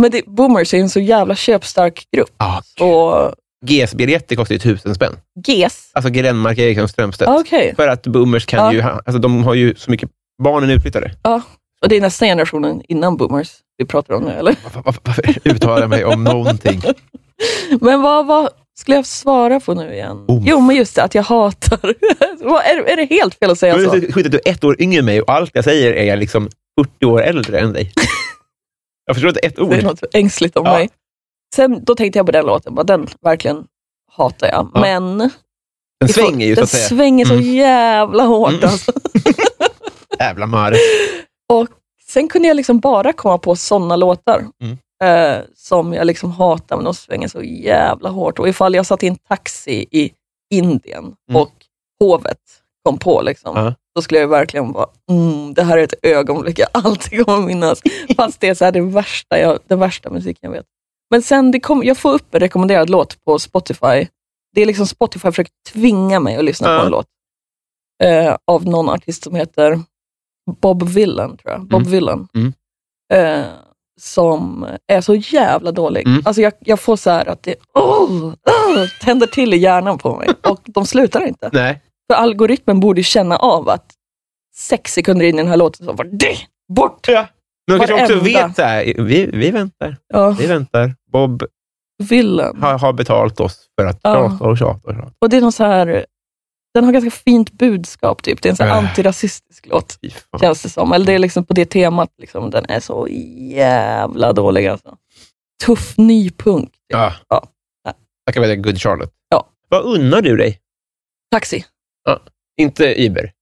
men det, boomers är ju en så jävla köpstark grupp.
Ah,
Och
GS-biljetter kostar ju tusen spänn.
GES,
Alltså Grenmark, Eriksson, Strömstedt.
ah, okej.
För att boomers kan
Ja.
ju... ha- Alltså, de har ju så mycket... Barnen är utflyttade.
Och det är nästa generationen innan boomers vi pratar om nu, eller?
Varför, varför, varför uttalar jag mig om någonting?
Men vad, vad skulle jag svara på nu igen?
Oof.
Jo, men just det, att jag hatar. Vad- är, är det helt fel att säga
Men
så?
det är så sjukt att du är ett år yngre än mig och allt jag säger är jag liksom 40 år äldre än dig. Jag förstår inte ett ord.
Det är något ängsligt om
Ja.
mig. Sen, då tänkte jag på den låten, bara, den verkligen hatar jag.
Ja.
Men
Den svänger ju så
den
att säga.
svänger så
Mm.
jävla hårt.
Mm.
Alltså.
Jävla Mare.
Sen kunde jag liksom bara komma på sådana låtar
Mm.
eh, som jag liksom hatar, men de svänger så jävla hårt. Och ifall jag satt i en taxi i Indien
Mm.
och hovet kom på, liksom,
Ja.
då skulle jag verkligen vara, mm, det här är ett ögonblick jag alltid kommer minnas. Fast det är så här, det värsta, jag, den värsta musiken jag vet. Men sen, det kom, jag får upp en rekommenderad låt på Spotify. Det är liksom Spotify försöker tvinga mig att lyssna
Ja.
på en låt. Eh, av någon artist som heter Bob Villan, tror jag. Bob
Mm.
Villan.
Mm.
Eh, som är så jävla dålig.
Mm.
Alltså jag, jag får så här att det oh, oh, tänder till i hjärnan på mig. Och de slutar inte.
Nej.
För algoritmen borde känna av att sex sekunder in i den här låten så var det bort.
Ja. Men de kanske också
Varenda.
vet så här, vi, vi väntar,
Ja,
vi väntar. Bob
Villan.
har, har betalt oss för att
Ja.
tjata och tjata och tjata.
Och det är någon så här, den har ganska fint budskap, typ. det är en så här
Äh.
antirasistisk låt,
Fy fan.
känns det som. Eller det är liksom på det temat, liksom. den är så jävla dålig alltså. Tuff ny punk.
Ja.
Ja.
Jag kan välja Good Charlotte.
Ja.
Vad unnar du dig?
Taxi.
Inte Uber?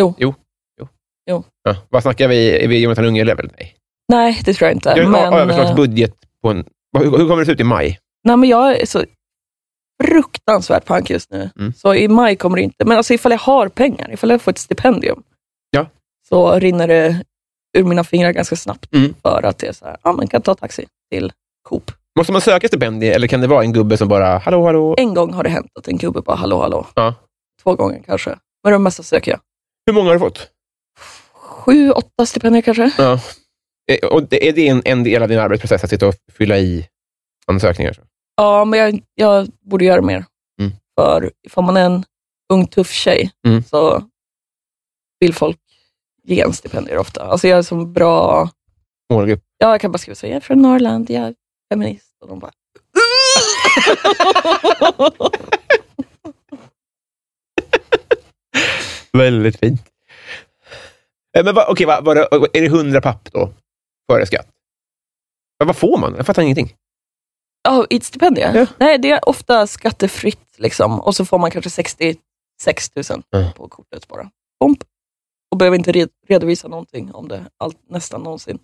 Jo.
Jo. jo.
Jo.
Ja. Vad snackar vi? Är vi Jonathan Unge-level? Nej.
Nej, det tror jag inte.
Jag har
Äh, men, eh,
överslagsbudget på en... Hur, hur kommer det se ut i maj?
Nej, men jag är så fruktansvärt pank just nu.
Mm.
Så i maj kommer det inte. Men alltså ifall jag har pengar, ifall jag får ett stipendium,
Ja.
så rinner det ur mina fingrar ganska snabbt.
Mm.
För att det är så här, ja men kan jag ta taxi till Coop.
Måste man söka stipendium eller kan det vara en gubbe som bara ”hallå, hallå”?
En gång har det hänt att en gubbe bara, hallå hallå.
Ja.
Två gånger kanske. Men de mesta söker jag.
Hur många har du fått?
Sju, åtta stipendier kanske.
Ja. Eh, Och det- är det en, en del av din arbetsprocess, att sitta och fylla i ansökningar?
Ja, men jag, jag borde göra mer.
Mm.
För ifall man är en ung tuff tjej
Mm.
så vill folk ge en stipendier ofta. Alltså jag är så bra...
Målgrupp?
Ja, jag kan bara skriva så jag är från Norrland, jag är feminist. Och de bara...
Väldigt fint. Eh, Men va, okej, va, var det, är det 100 papp då? Före skatt? Ja, vad får man? Jag fattar ingenting.
Ja, i ett stipendium?
Ja.
Nej, det är ofta skattefritt liksom. Och så får man kanske 66 000
Mm.
på kortet bara. Bomp. Och behöver inte re- redovisa någonting om det, allt, nästan någonsin.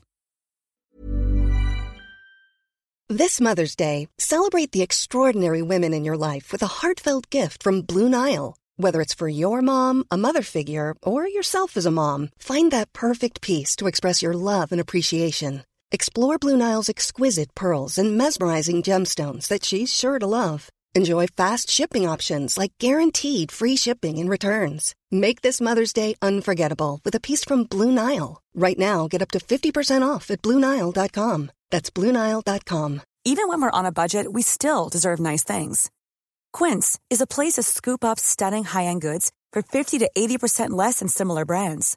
This Mother's Day, celebrate the extraordinary women in your life with a heartfelt gift from Blue Nile. Whether it's for your mom, a mother figure, or yourself as a mom, find that perfect piece to express your love and appreciation. Explore Blue Nile's exquisite pearls and mesmerizing gemstones that she's sure to love. Enjoy fast shipping options like guaranteed free shipping and returns. Make this Mother's Day unforgettable with a piece from Blue Nile. Right now, get up to 50% off at BlueNile.com. That's BlueNile.com.
Even when we're on a budget, we still deserve nice things. Quince is a place to scoop up stunning high-end goods for 50 to 80% less than similar brands.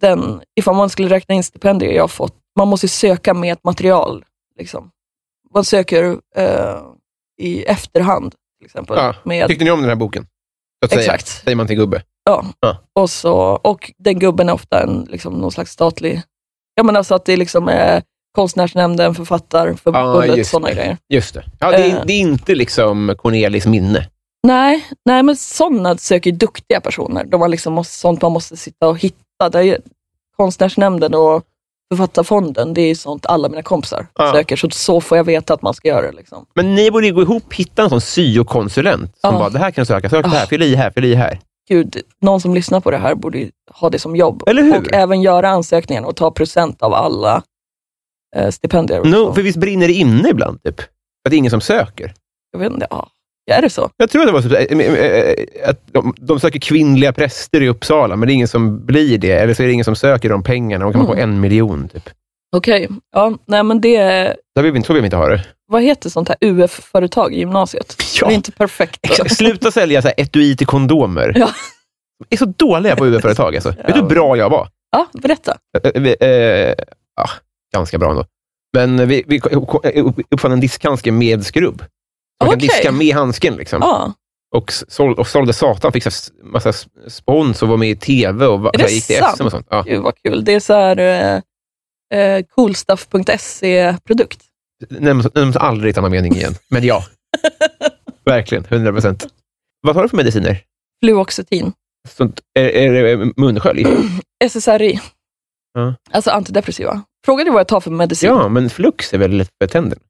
Den, ifall man skulle räkna in stipendier jag har fått, man måste ju söka med ett material. Liksom. Man söker eh, i efterhand, till exempel.
ja.
Med,
Tyckte ni om den här boken? Så att säga,
exakt.
säger man till gubbe.
Ja.
Ja.
Och, så, och den gubben är ofta en, liksom, någon slags statlig... Ja, men alltså att det liksom är Konstnärsnämnden,
Ja,
Författarförbundet,
just
sådana
det.
grejer.
Just det. Ja, det, är,
Eh.
det är inte liksom Cornelis minne.
Nej, nej men sådana söker ju duktiga personer. De har liksom måste, sånt man måste sitta och hitta. Det är ju, konstnärsnämnden och Författarfonden, det är ju sånt alla mina kompisar
Ja.
söker. Så, så får jag veta att man ska göra det. Liksom.
Men ni borde ju gå ihop, hitta en sån syokonsulent som
Ja. Ah.
bara, det här kan du söka, sök det här,
Ja.
fyll i här, fyll i här.
Gud, någon som lyssnar på det här borde ju ha det som jobb.
Eller hur?
Och även göra ansökningar och ta procent av alla eh, stipendier. och
No,
så.
för visst brinner det inne ibland, typ? Att det är ingen som söker.
Jag vet inte, ja. Är det så?
Jag tror att det var så, eh, eh, eh, att de, de söker kvinnliga präster i Uppsala, men det är ingen som blir det. Eller så är det ingen som söker de pengarna. Då kan man få
Mm.
en miljon. Typ.
Okej, ja, nej men det är,
Där vill vi, inte- så vill vi inte ha det.
vad heter sånt här UF-företag i gymnasiet?
Ja.
Det är inte perfekt.
Sluta sälja så här etui till kondomer.
Ja.
De är så dåliga på UF-företag. Alltså. Vet du hur bra jag var?
Ja, berätta.
Eh, eh, eh, ja, ganska bra ändå. Men vi, vi uppfann en diskhandske med skrubb. Så Man kan
Okej.
diska med handsken. Liksom.
Ja.
Och, såld, och sålde satan, fick så här s- massa s- spons och var med i tv. Och va-
Är
så här
det
gick till
sant?
SM och sånt. Ja.
Gud vad kul. Det är så här eh, eh, coolstuff.se-produkt.
nämns, nämns aldrig samma mening igen. Men ja, verkligen. 100 procent. Vad tar du för mediciner?
Fluoxetin.
Sånt, är, är det munskölj?
Mm. SSRI.
Ja.
Alltså antidepressiva. Fråga dig vad jag tar för medicin.
Ja, men Flux är väl för tänderna?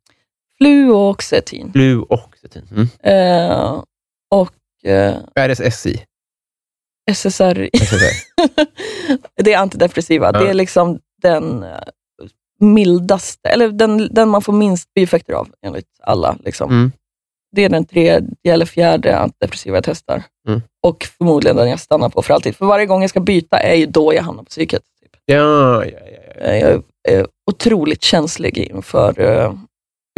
Fluoxetin.
Fluoxetin. Mm.
Eh, och eh,
RSSI.
SSRI.
Jag ska säga.
det är antidepressiva.
Ja.
Det är liksom den eh, mildaste, eller den, den man får minst bieffekter av enligt alla. Liksom.
Mm.
Det är den tredje eller fjärde antidepressiva jag testar.
Mm.
Och förmodligen den jag stannar på för alltid. För varje gång jag ska byta är ju då jag hamnar på psyket. Typ.
Ja, ja, ja, ja.
Eh, Jag är otroligt känslig inför eh,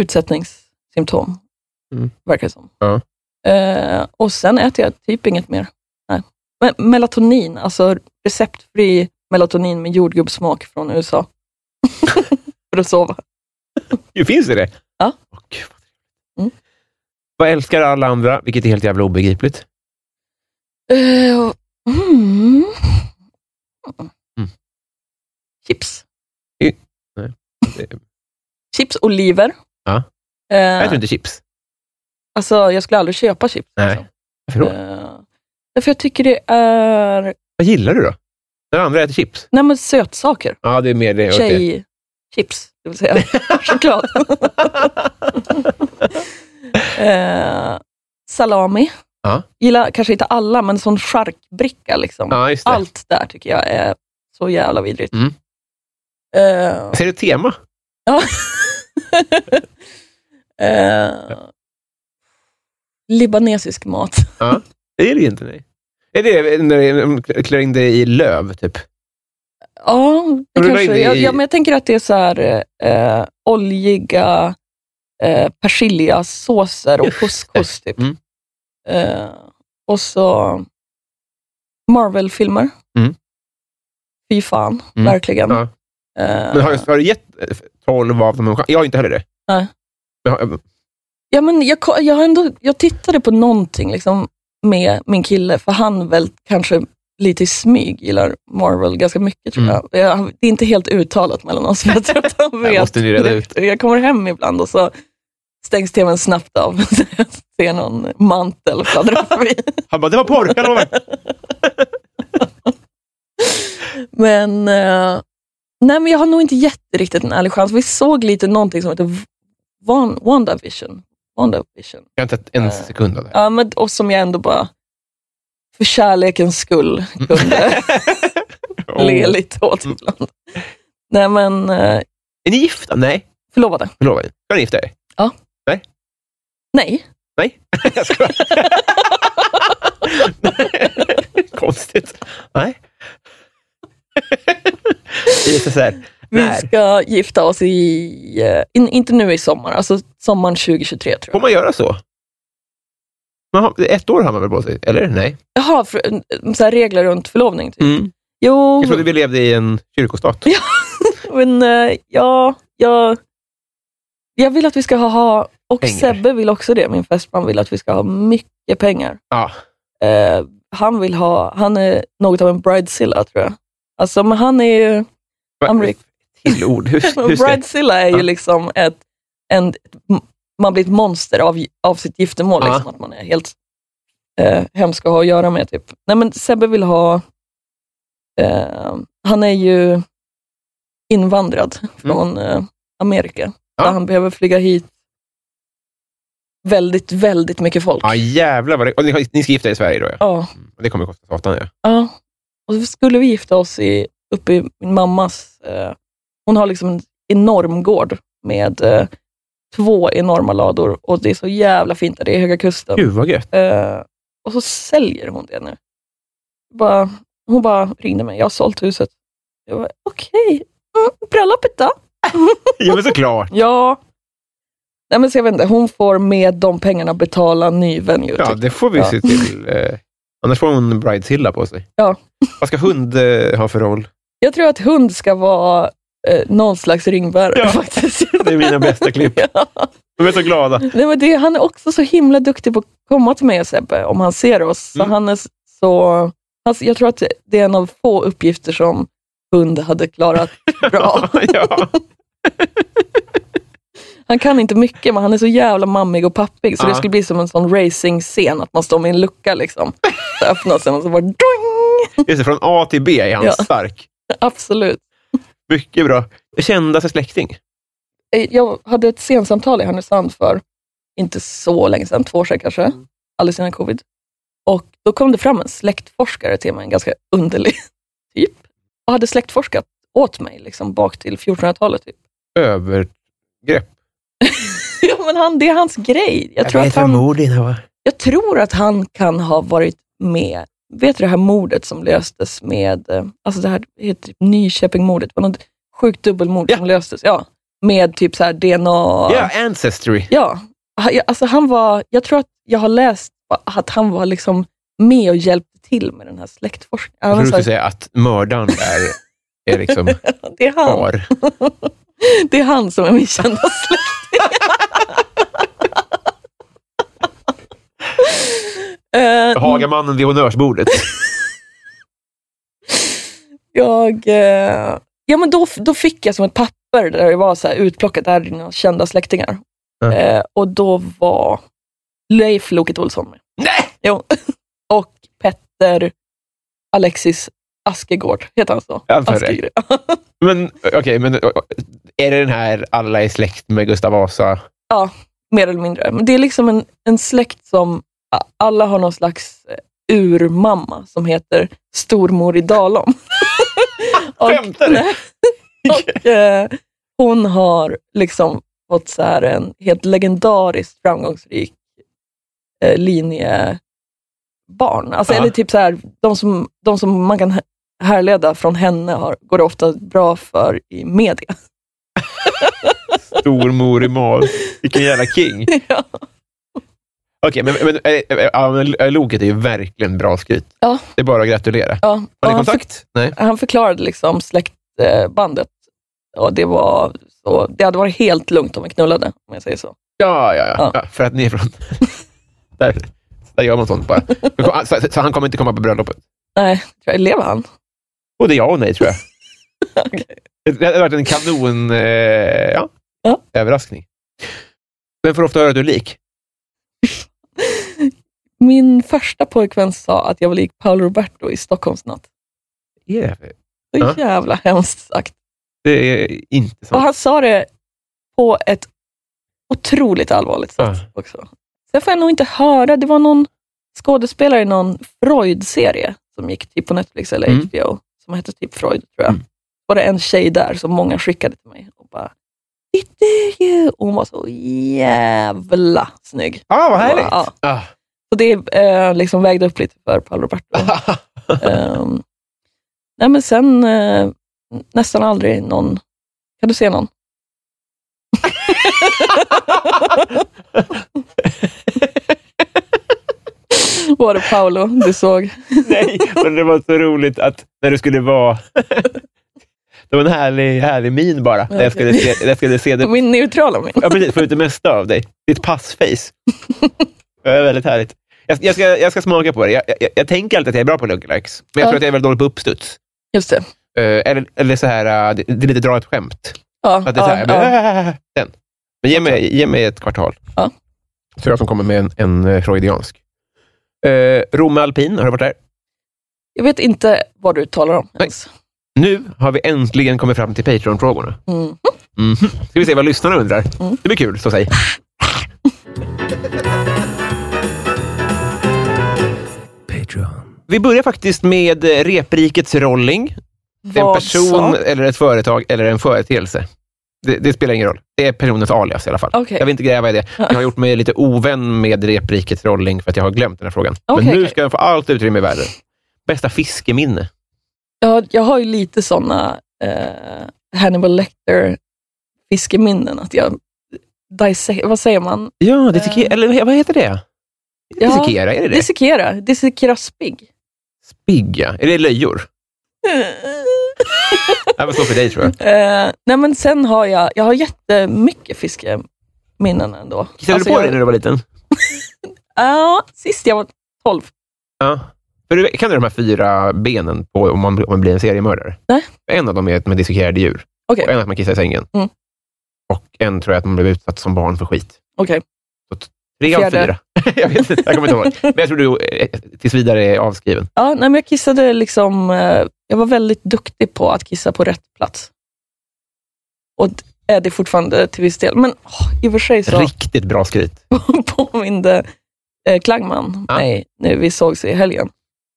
utsättningssymptom,
Mm.
verkar det som.
Ja.
Eh, och sen äter jag typ inget mer. Nej. Men melatonin, alltså receptfri melatonin med jordgubbssmak från USA. För att sova.
Jo, finns det det?
Ja.
Åh, gud, vad trevligt.
Mm.
Vad älskar alla andra, vilket är helt jävla obegripligt?
Eh, mm.
Mm.
Chips.
Y- nej.
Chips, oliver.
Ja.
Eh,
Jag äter inte chips.
alltså, jag skulle aldrig köpa chips.
Nej.
liksom.
Varför då?
Eh, därför jag tycker det är
Vad gillar du då? När andra äter chips?
nej, men sötsaker.
Ja, det är mer det. okej.
Tjejchips, det vill säga choklad. eh, salami.
Ja.
Gillar kanske inte alla, men sån charkbricka. Liksom.
Ja, just det.
Allt där tycker jag är så jävla vidrigt.
Mm.
Eh,
Ser du ett tema?
ja. eh, libanesisk mat.
Det är det ju inte, nej. Är det när de klär in dig i löv, typ?
Ja, det
Men du la in
kanske.
det
Ja,
i-
ja, men jag tänker att det är så här, eh, oljiga eh, persiljasåser och
Just
couscous. Typ.
Mm.
Eh, och så Marvel-filmer.
Mm.
Fy fan,
Mm.
verkligen.
Ja.
Eh,
Men har, har du gett eh, 12 av dem en chans? Jag har inte heller det.
Nej.
Men har-
ja, men jag, ko- jag, har ändå, jag tittade på någonting liksom, med min kille, för han väl kanske lite i smyg gillar Marvel ganska mycket tror
Mm.
jag. jag. Det är inte helt uttalat mellan oss, men jag tror att han
Det här
vet.
måste ni reda ut.
direkt. Jag kommer hem ibland och så stängs tvn snabbt av. Så jag ser någon mantel fladdra förbi.
Han bara, det var porr, jag lovar.
Men, eh, nej, men jag har nog inte gett det riktigt en ärlig chans. Vi såg lite någonting som heter V- Wan- WandaVision. WandaVision.
Jag har inte sett en sekund av det.
Ja, men, och som jag ändå bara, för kärlekens skull, kunde
Åh.
le lite åt
Mm.
ibland. Nej men, eh,
Oh. Är ni gifta? Nej,
förlovade.
förlova mig. Ska ni gifta er?
Nej.
Jag skojar. Konstigt. Nej. Det är så här.
Vi
När?
ska gifta oss i, eh, in, inte nu i sommar, alltså sommaren 2023 tror jag.
Får man göra så? Man har, ett år har man väl på sig? Eller? Nej.
Jaha, för, eh, så här regler runt förlovning? Typ. Jo,
Jag trodde vi levde i en kyrkostat.
men eh, ja, jag, jag vill att vi ska ha- ha, och
Pengar.
Sebbe vill också det, min fästman vill att vi ska ha mycket pengar.
Ja.
Eh, han vill ha, han är något av en bridezilla tror jag. Alltså, men han är ju, I'm Rick.
Till ord. Hur, hur ska
bridezilla är ju
Ja.
liksom ett, en, m- man blir ett monster av, av sitt giftermål,
Ja.
liksom, att man är helt eh, hemsk att ha att göra med. Typ. Nej, men Sebbe vill ha, eh, han är ju invandrad från eh, Amerika,
Mm. Ja.
så han behöver flyga hit väldigt, väldigt mycket folk.
Ja, jävlar vad det... Och ni, har- ni ska gifta er i Sverige då, ja.
Ja,
Mm. Och Det kommer kosta satan, ja.
ja. Och så skulle vi gifta oss i, uppe i min mammas, eh, hon har liksom en enorm gård med eh, två enorma lador och det är så jävla fint där, det är Höga Kusten.
Gud, vad gött.
Eh, och så säljer hon det nu. Bara, hon bara ringde mig, jag har sålt huset. Jag bara, okej, mm, bröllopet då?
Ja, men såklart.
Ja. Nej men så jag vet inte, hon får med de pengarna betala ny venue.
Ja,
typ.
det får vi
Ja.
se till. Eh, annars får hon bridezilla på sig.
Ja.
Vad ska hund eh, ha för roll?
Jag tror att hund ska vara eh, någon slags ringbärare
Ja.
faktiskt.
Det är mina bästa klipp.
Ja.
De är så glada.
Nej, men det, han är också så himla duktig på att komma till mig och Sebbe, om han ser oss.
Mm.
Så han är s- så, alltså, jag tror att det är en av få uppgifter som hund hade klarat bra.
ja.
Han kan inte mycket, men han är så jävla mammig och pappig, så
Ja.
det skulle bli som en sån racingscen, att man står med en lucka liksom. Så öppnas den och så bara doing!
Just det, från A till B är han
Ja.
stark.
Absolut.
Mycket bra. Kändaste släkting?
Eh, Jag hade ett sensamtal i Härnösand för inte så länge sedan, två år sedan kanske,
Mm.
alldeles innan covid. Och då kom det fram en släktforskare till mig, en ganska underlig typ, och hade släktforskat åt mig liksom, bak till 1400-talet. Typ.
Övergrepp.
ja, men han, det är hans grej. Jag tror, att han,
förmodligen va?
jag tror att han kan ha varit med Vet du det här mordet som löstes med, eh, alltså det här heter typ Nyköpingmordet, det var något sjukt dubbelmord
Ja.
som löstes, ja, med typ så här DNA...
Ja, Ancestry.
Ja, Ha- ja, alltså han var, jag tror att jag har läst att han var liksom med och hjälpte till med den här släktforskningen.
Jag
Han
trodde
var
du skulle
så
säga att mördaren är, är liksom
här, det, är han,
far.
det är han som är min kända släkting. Eh,
Hagamannen vid honnörsbordet.
Jag, eh, ja, men då, då fick jag som ett papper där det var så här utplockat, där dina kända släktingar.
Mm.
Eh, och då var Leif Loket Olsson med.
Nej!
Jo. och Petter Alexis Askegård, heter han så?
Jag antar det.
Askegren.
Men okej, men ö, ö, är det den här alla är släkt med Gustav Vasa?
Mer eller mindre. Men det är liksom en, en släkt som a- alla har någon slags eh, urmamma som heter Stormor i Dalom. Och-
Skämtar du?
nej. Och eh, hon har liksom fått så här en helt legendariskt framgångsrik eh, linjebarn. Alltså,
Ja.
Eller typ så här, de som, de som man kan hä- härleda från henne har, går det ofta bra för i media.
Stormor i mal. Vilken jävla king.
ja.
Okej, men, men, äh, äh, ja, men L- Loket är ju verkligen bra skryt.
Ja.
Det är bara att gratulera.
Ja.
Har
Och
ni
han fick-
kontakt? Nej.
han förklarade liksom släktbandet. Och det, var så, det hade varit helt lugnt om vi knullade, om jag säger så.
Ja, ja, ja.
Ja.
ja för att ni är från... där, där gör man sånt bara. Men kom- Så, så han kommer inte komma på bröllopet?
Nej, tror jag lever han?
Både ja och nej, tror jag. Det hade varit en kanon eh, ja,
Ja.
överraskning. Men får ofta höra att du är lik?
Min första pojkvän sa att jag var lik Paolo Roberto i Stockholmsnatt.
Yeah.
Så
Ja.
jävla hemskt sagt.
Det är inte
Och
sant.
han sa det på ett otroligt allvarligt sätt
Ja.
också. Sen får jag nog inte höra, det var någon skådespelare i någon Freud-serie som gick typ på Netflix eller
Mm.
HBO, som hette typ Freud, tror jag.
Mm.
var det en tjej där som många skickade till mig och bara It do you! Och hon var så jävla snygg.
Ah, vad härligt!
Ja.
Ah.
Så det eh, liksom vägde upp lite för Paolo Roberto.
Ah.
Ehm, nej men sen eh, nästan aldrig någon... Kan du se någon? Var det Paolo du såg?
Nej, men det var så roligt att när du skulle vara... Det var en härlig, härlig min bara, när jag skulle se, när jag skulle se det.
Min neutrala min.
Ja, precis. Få ut det mesta av dig. Ditt passface. Det är väldigt härligt. Jag, jag, ska, jag ska smaka på det. Jag, jag, jag tänker alltid att jag är bra på Lunkelax, men jag
Ja.
tror att jag är väldigt dålig på uppstuds.
Just det.
Eh, eller, eller så här, eh, det, det är lite dra ett skämt.
Ja,
Att det är så här,
ja, ja.
"Äh", den. Men ge mig, ge mig ett kvartal.
Ja.
Så jag som kommer med en, en eh, freudiansk. Uh, Romme alpin, har du varit där?
Jag vet inte vad du talar om.
Nej.
ens.
Nu har vi äntligen kommit fram till Patreon-frågorna.
Mm.
Mhm. Ska vi se vad lyssnarna undrar? Det blir kul, så säg. Vi börjar faktiskt med eh, reprikets rolling. En
Vad
person,
sa-
eller ett företag eller en företeelse. Det, det spelar ingen roll. Det är personens alias i alla fall.
Okej.
Jag vill inte gräva i det. Jag har gjort mig lite ovän med reprikets rolling för att jag har glömt den här frågan.
Okej,
Men nu
okej.
ska den få allt utrymme i världen. Bästa fiskeminne.
Jag, jag har ju lite sådana eh, Hannibal Lecter fiskeminnen. Att jag dissek- vad säger man?
Ja, dissekera. Eller vad heter det?
Ehm. Ja,
Dissekera, är det det?
Dissekera. Dissekera spigg.
Spigga. Är det löjor? Det var så för dig, tror jag.
eh, nej men sen har jag, jag har jättemycket fiskeminnen ändå.
Kissade
Alltså
du på
jag-
dig när du var liten?
Ja, sist jag var 12.
Ja. För du, kan du de här fyra benen på om man, om man blir en seriemördare?
Nej.
En av dem är att man dissekerade djur.
Okej,
Och en att man kissade i sängen.
Mm.
Och en tror jag att man blev utsatt som barn för skit.
okej.
Tre av
Fjärde.
fyra. jag vet inte, jag kommer inte ihåg. Men jag tror du eh, tills vidare är avskriven.
Ja, nej men jag kissade liksom, eh, jag var väldigt duktig på att kissa på rätt plats. Och d- är det fortfarande till viss del. Men åh, i och för sig så...
Riktigt bra skryt.
påminde eh, Klangman
Ja.
mig, när vi sågs i helgen,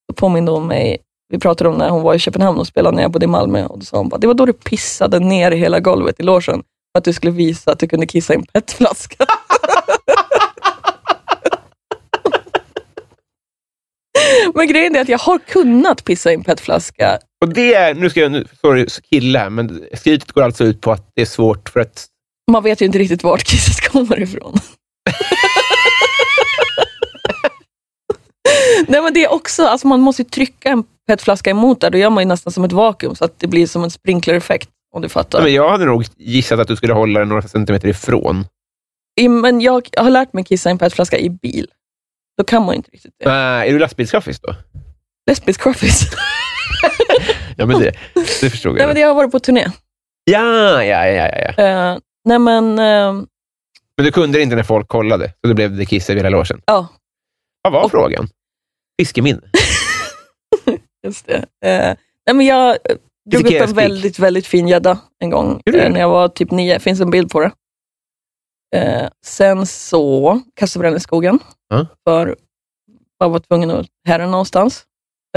då påminde hon mig, vi pratade om när hon var i Köpenhamn och spelade när jag bodde i Malmö, och då sa hon bara, det var då du pissade ner hela golvet i logen för att du skulle visa att du kunde kissa i en petflaska. Men grejen är att jag har kunnat pissa i en petflaska.
Och det är, nu ska jag, nu, sorry kille här, men skrytet går alltså ut på att det är svårt för att
Man vet ju inte riktigt vart kisset kommer ifrån. Nej men det är också, alltså man måste ju trycka en petflaska emot där, då gör man ju nästan som ett vakuum, så att det blir som en sprinklereffekt, om du fattar.
Men jag hade nog gissat att du skulle hålla den några centimeter ifrån.
I- Men jag har lärt mig kissa i en petflaska i bil. Då kan man inte riktigt det.
Nej, är du lastbilschaffis då?
Lesbisk chaffis.
Ja, men det, det förstod
Nej,
jag.
men jag har varit på turné.
Ja, ja, ja, ja, ja.
Eh, nej, men eh,
Men du kunde det inte när folk kollade, så då blev det kiss över hela logen.
ja,
Vad var
Och-
frågan? Fiskeminne.
just det. Eh, nej, men jag eh, drog upp en
Ikea-spik.
väldigt, väldigt fin gädda en gång
Gjorde du
eh,
det?
när jag var typ nio. finns en bild på det. Eh, sen så kastade jag den i skogen.
Ja.
För jag var tvungen att härda någonstans.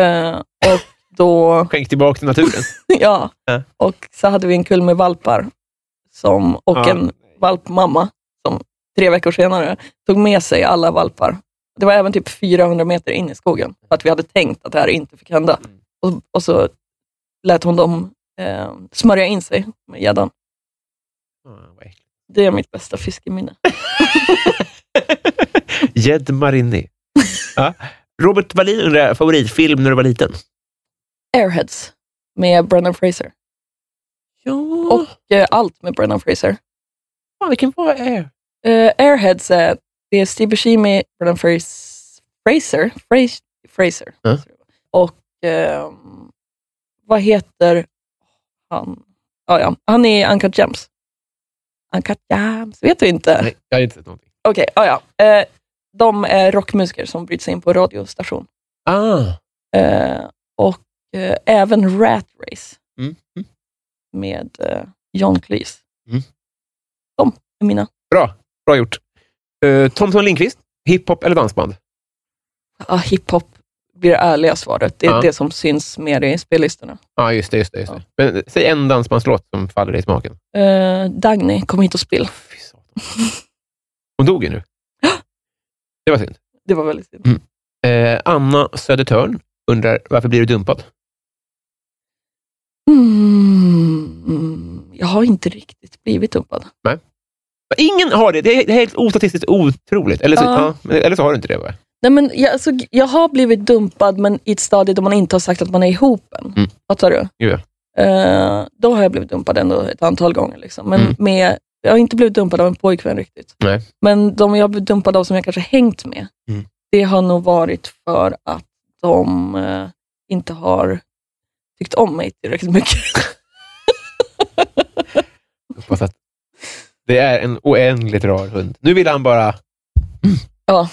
Eh, och då...
Skänk tillbaka till naturen.
Ja,
Ja.
och så hade vi en kull med valpar som, och
Ja.
en valpmamma som tre veckor senare tog med sig alla valpar. Det var även typ 400 meter in i skogen, för att vi hade tänkt att det här inte fick hända. Och, och så lät hon dem eh, smörja in sig med gäddan.
Ah, vad äckligt.
Det är mitt bästa fiskeminne.
Jed Marini. Ja. Robert Wallin undrar, favoritfilm när du var liten?
Airheads med Brendan Fraser.
Ja,
Och eh, allt med Brendan Fraser.
fan, Ah, vilken var det?
Eh, Airheads är, det är Steve Buscemi, Brendan Fras- Fraser, Fraser, Fraser.
Ja.
och ehm, vad heter han? Ja, ja, han är Uncut Gems. Uncut Gems, vet du inte?
Nej, jag har inte sett någonting.
Okej, ja, ja. Eh, de är rockmusiker som bryter sig in på radiostation.
Ah.
Eh, och eh, även Rat Race
Mm.
med eh, John Cleese.
Mm.
De är mina.
Bra, bra gjort. Uh, Thomson Lindqvist, hiphop eller dansband?
Ja, hiphop blir det ärliga svaret. Det är
Ja.
det som syns mer i spellistorna.
Ja, just det. Just det, just det. Men, eh, säg en dansbandslåt som faller dig i smaken.
Eh, Dagny, kom hit och spill.
Fy satan. Hon dog ju nu. Det var synd.
Det var väldigt synd.
Eh, Anna Södertörn undrar, varför blir du dumpad?
Mm, jag har inte riktigt blivit dumpad.
Ingen har det. Det är helt ostatistiskt otroligt. Eller så,
Ja.
ja, eller så har du inte det. Va?
Nej, men jag, alltså, jag har blivit dumpad, men i ett stadie då man inte har sagt att man är ihop än.
Mm.
Fattar du?
Jo,
Eh, då har jag blivit dumpad ändå ett antal gånger. Liksom. Men
Mm.
med, jag har inte blivit dumpad av en pojkvän riktigt.
Nej.
Men de jag har blivit dumpad av som jag kanske hängt med,
Mm.
det har nog varit för att de eh, inte har tyckt om mig tillräckligt mycket.
Jag Hoppas att det är en oändligt rar hund. Nu vill han bara...
Ja.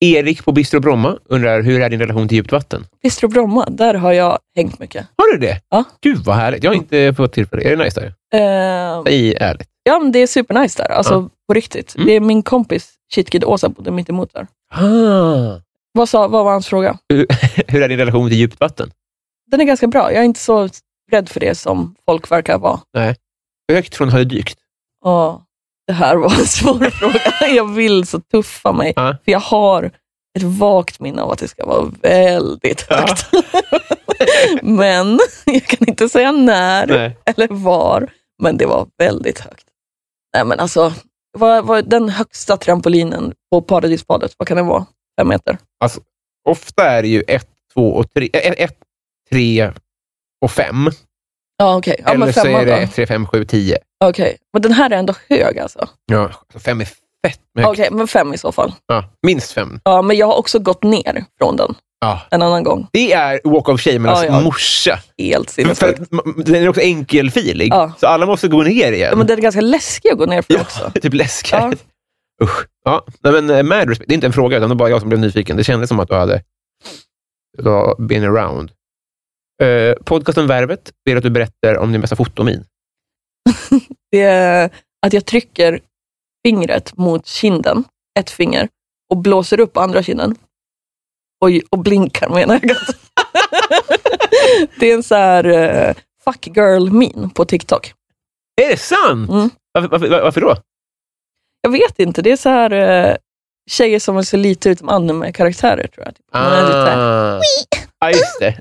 Erik på Bistro Bromma undrar, hur är din relation till djupt vatten?
Bistro Bromma, där har jag hängt mycket.
Har du det?
Ja.
Gud vad härligt. Jag har inte fått tillfälle. Är det nice där?
Eh,
I ärligt.
ja, men det är supernice där, alltså på riktigt.
Mm.
Det är min kompis Shitkid Åsa bodde mitt emot där.
Ah.
Vad, sa, vad var hans fråga?
Hur är din relation till djupt vatten?
Den är ganska bra. Jag är inte så rädd för det som folk verkar vara.
Hur högt från har du dykt?
Ja, det här var en svår fråga. Jag vill så tuffa mig,
Ja.
för jag har ett vagt minne av att det ska vara väldigt
Ja.
högt. men jag kan inte säga när
Nej.
eller var, men det var väldigt högt. Nej men alltså, vad, vad, den högsta trampolinen på Paradisbadet, vad kan den vara? Fem meter?
Ofta är det ju ett, två och tre. Äh, ett, tre och fem.
Ja okej, ja,
Eller
men
så
femman
är
då.
det ett, tre, fem, sju, tio.
Okej, men den här är ändå hög alltså.
Ja, alltså fem är fett
Okej,
mycket.
men fem i så fall.
Ja, minst fem.
Ja, men jag har också gått ner från den
Ja.
en annan gång.
Det är walk of shamernas
Ja, ja.
morsa.
Helt
För,
sinnessjukt.
för- den är också enkelfilig,
Ja.
så alla måste gå ner igen.
Ja, men den är ganska läskig att gå ner för
Ja,
också.
typ läskigt. Usch. Ja, nej, men eh, mad respect. Det är inte en fråga, utan det är bara jag som blev nyfiken. Det kändes som att du hade du har been around. Eh, podcasten Värvet vill att du berättar om din bästa fotomin.
Det är att jag trycker fingret mot kinden, ett finger, och blåser upp andra kinden. Och, och blinkar med ena ögat. det är en så här eh, fuck girl min på TikTok.
Är det sant?
Mm.
Varför, varför, var- varför då?
Jag vet inte, det är så här eh, tjejer som ser lite ut som anime-karaktärer tror jag. Typ. Man är lite så här,
Ah. Ja, just det.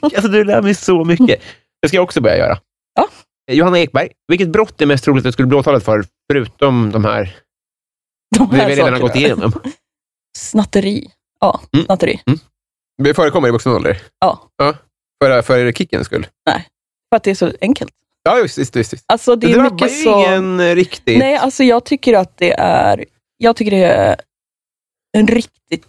alltså, du lär mig så mycket. Det ska jag också börja göra.
Ja.
Eh, Johanna Ekberg, vilket brott är mest troligt att du skulle bli åtalad för, förutom de här
de
vi
här
redan har
sakerna.
gått igenom?
Snatteri. Ja,
Mm.
snatteri.
Det förekommer i vuxen ålder?
Ja.
För, för kickens skull?
För att det är så enkelt.
Ja, just, just, just, just.
Alltså det
Det
är
drabbar
mycket
ju
så...
ingen eh, riktigt.
Nej, alltså jag tycker att det är... Jag tycker det är en riktigt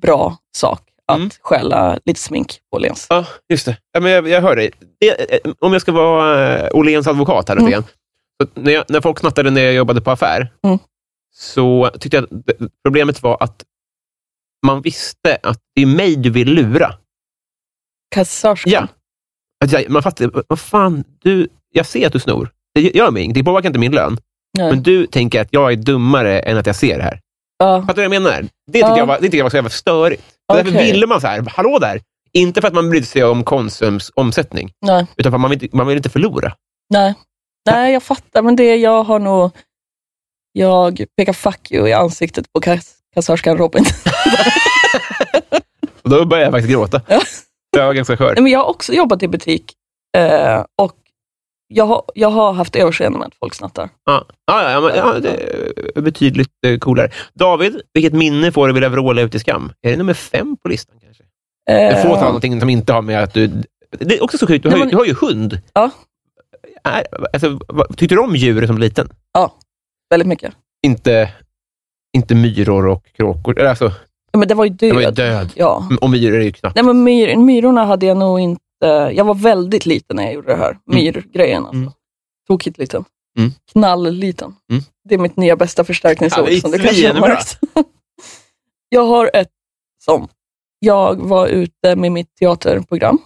bra sak att
Mm.
stjäla lite smink på Åhléns.
Ja, just det. Ja, men jag, jag hör dig. Det, eh, om jag ska vara eh, Åhléns advokat här lite
Mm.
grann. Så att När, jag, när folk snattade när jag jobbade på affär,
Mm.
så tyckte jag att det- problemet var att man visste att det är mig du vill lura.
Kassörskan.
Ja. Att jag, man fattar, vad fan, du, jag ser att du snor. Det gör mig ingenting, det påverkar inte min lön.
Nej.
Men du tänker att jag är dummare än att jag ser det här.
Ja.
Fattar du vad jag menar? Det tyckte,
Ja.
jag, var, det tyckte jag var så jävla störigt. Så Därför
Okej.
ville man så här, hallå där! Inte för att man brydde sig om Konsums omsättning,
Nej.
utan för att man vill, inte- man vill inte förlora.
Nej. Nej, jag fattar, men det jag har nog... Jag pekar fuck you i ansiktet på kass- kassörskan Robin.
Och då började jag faktiskt gråta.
Ja.
Jag var ganska skör.
Nej, men jag har också jobbat i butik eh, och jag har, jag har haft överseende med att folk snattar.
Ja, ja, ja, men, ja, det är betydligt eh, coolare. David, vilket minne får du vilja vråla ut i skam? Är det nummer fem på listan? kanske? Det får ta någonting som inte har med att du... Det är också så sjukt, du, har
Eh. Nej,
ju-
men-
du har ju hund.
Ja.
Är, alltså, vad, tyckte du om djur som liten?
väldigt mycket.
Inte, inte myror och kråkor? Eller Alltså,
Ja, Men det var ju
de är ju
död.
död.
Ja.
Och myror är ju knappt.
Nej, men myr, myrorna hade jag nog inte... Jag var väldigt liten när jag gjorde det här. Myrgrejen alltså.
Mm.
Tokigt liten.
Mm.
Knall-liten.
Mm.
Det är mitt nya bästa förstärkningsord
Ja, det är
som du kanske har
svinbra.
märkt. jag har ett som. Jag var ute med mitt teaterprogram,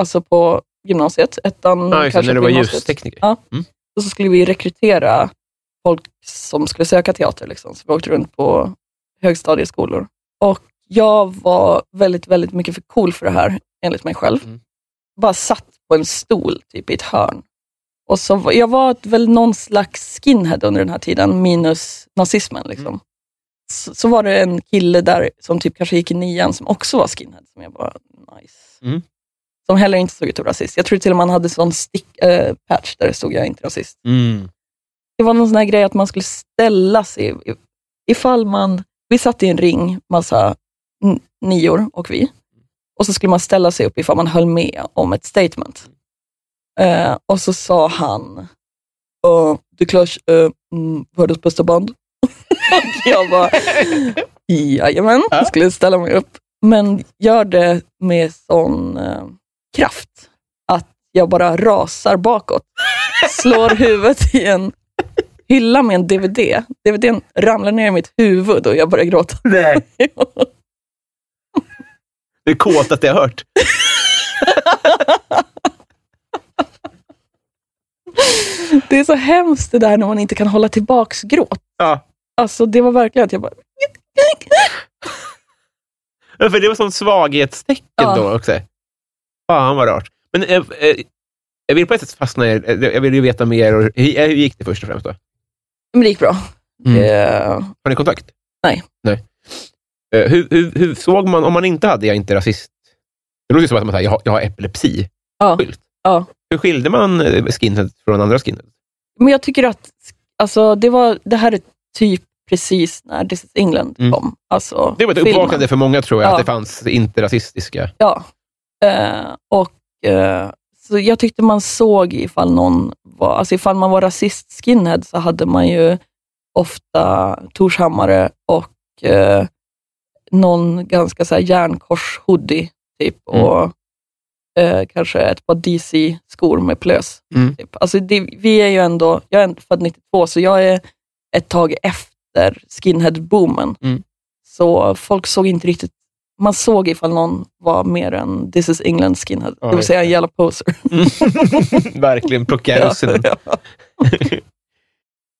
alltså på gymnasiet, ettan
Ja, just det,
Mm, kanske
när du
på
var
gymnasiet.
ljustekniker.
Ja.
Mm.
Och så skulle vi rekrytera folk som skulle söka teater. Liksom. Så vi åkte runt på högstadieskolor. Och jag var väldigt, väldigt mycket för cool för det här, enligt mig själv.
Mm.
Bara satt på en stol, typ i ett hörn. Och så, var- jag var ett- väl någon slags skinhead under den här tiden, minus nazismen. Liksom. Så, så var det en kille där som typ kanske gick i nian, som också var skinhead, som jag bara, nice.
Mm.
Som heller inte såg ut som rasist. Jag tror till och med han hade sån stick, eh, patch där det stod jag är inte rasist.
Mm.
Det var någon sån här grej att man skulle ställa sig, i- ifall man, vi satt i en ring, massa n- nior och vi, och så skulle man ställa sig upp ifall man höll med om ett statement. Eh, och så sa han, uh, The Clash, eh, mm, världens bästa band. Och jag bara, jajamän, jag skulle ställa mig upp. Men gör det med sån eh, kraft att jag bara rasar bakåt slår huvudet i en hylla med en DVD. DVDn ramlar ner i mitt huvud och jag börjar gråta.
Nej. Det är kåtaste jag hört.
Det är så hemskt det där när man inte kan hålla tillbaks gråt.
Ja.
Alltså det var verkligen att jag bara...
Ja, För det var som svaghetstecken
Ja.
då också. Fan vad rart. Men eh, eh, jag vill på ett sätt fastna i, eh, jag vill ju veta mer. Och, hur, eh, hur gick det först och främst då?
Men det gick bra.
Mm.
Eh,
Har ni kontakt?
Nej.
Nej. Eh, hur, hur, hur såg man, om man inte hade jag är inte rasist? Det låter ju som att man säger, jag, har- jag har epilepsi.
Ja.
Skylt.
Ja.
Hur skilde man eh, skinhead från andra skinhead?
Men jag tycker att alltså, det, var, det här är typ precis när This is England
Mm.
kom. Alltså,
Det var ett
filmen.
uppvaknande för många, tror jag,
Ja.
att det fanns inte rasistiska.
Ja. Eh, och, eh, så jag tyckte man såg ifall någon var, alltså ifall man var rasist skinhead så hade man ju ofta Torshammare och eh, någon ganska så här järnkors hoodie typ
Mm.
och eh, kanske ett par DC-skor med plös.
Mm.
Typ. Alltså det, vi är ju ändå, jag är ändå född 92 så jag är ett tag efter skinhead-boomen.
Mm.
Så folk såg inte riktigt man såg ifall någon var mer än This is England skinhead,
Ja,
det vill
just
säga
det.
en jävla poser.
Verkligen plocka
Ja,
russinen.
ja.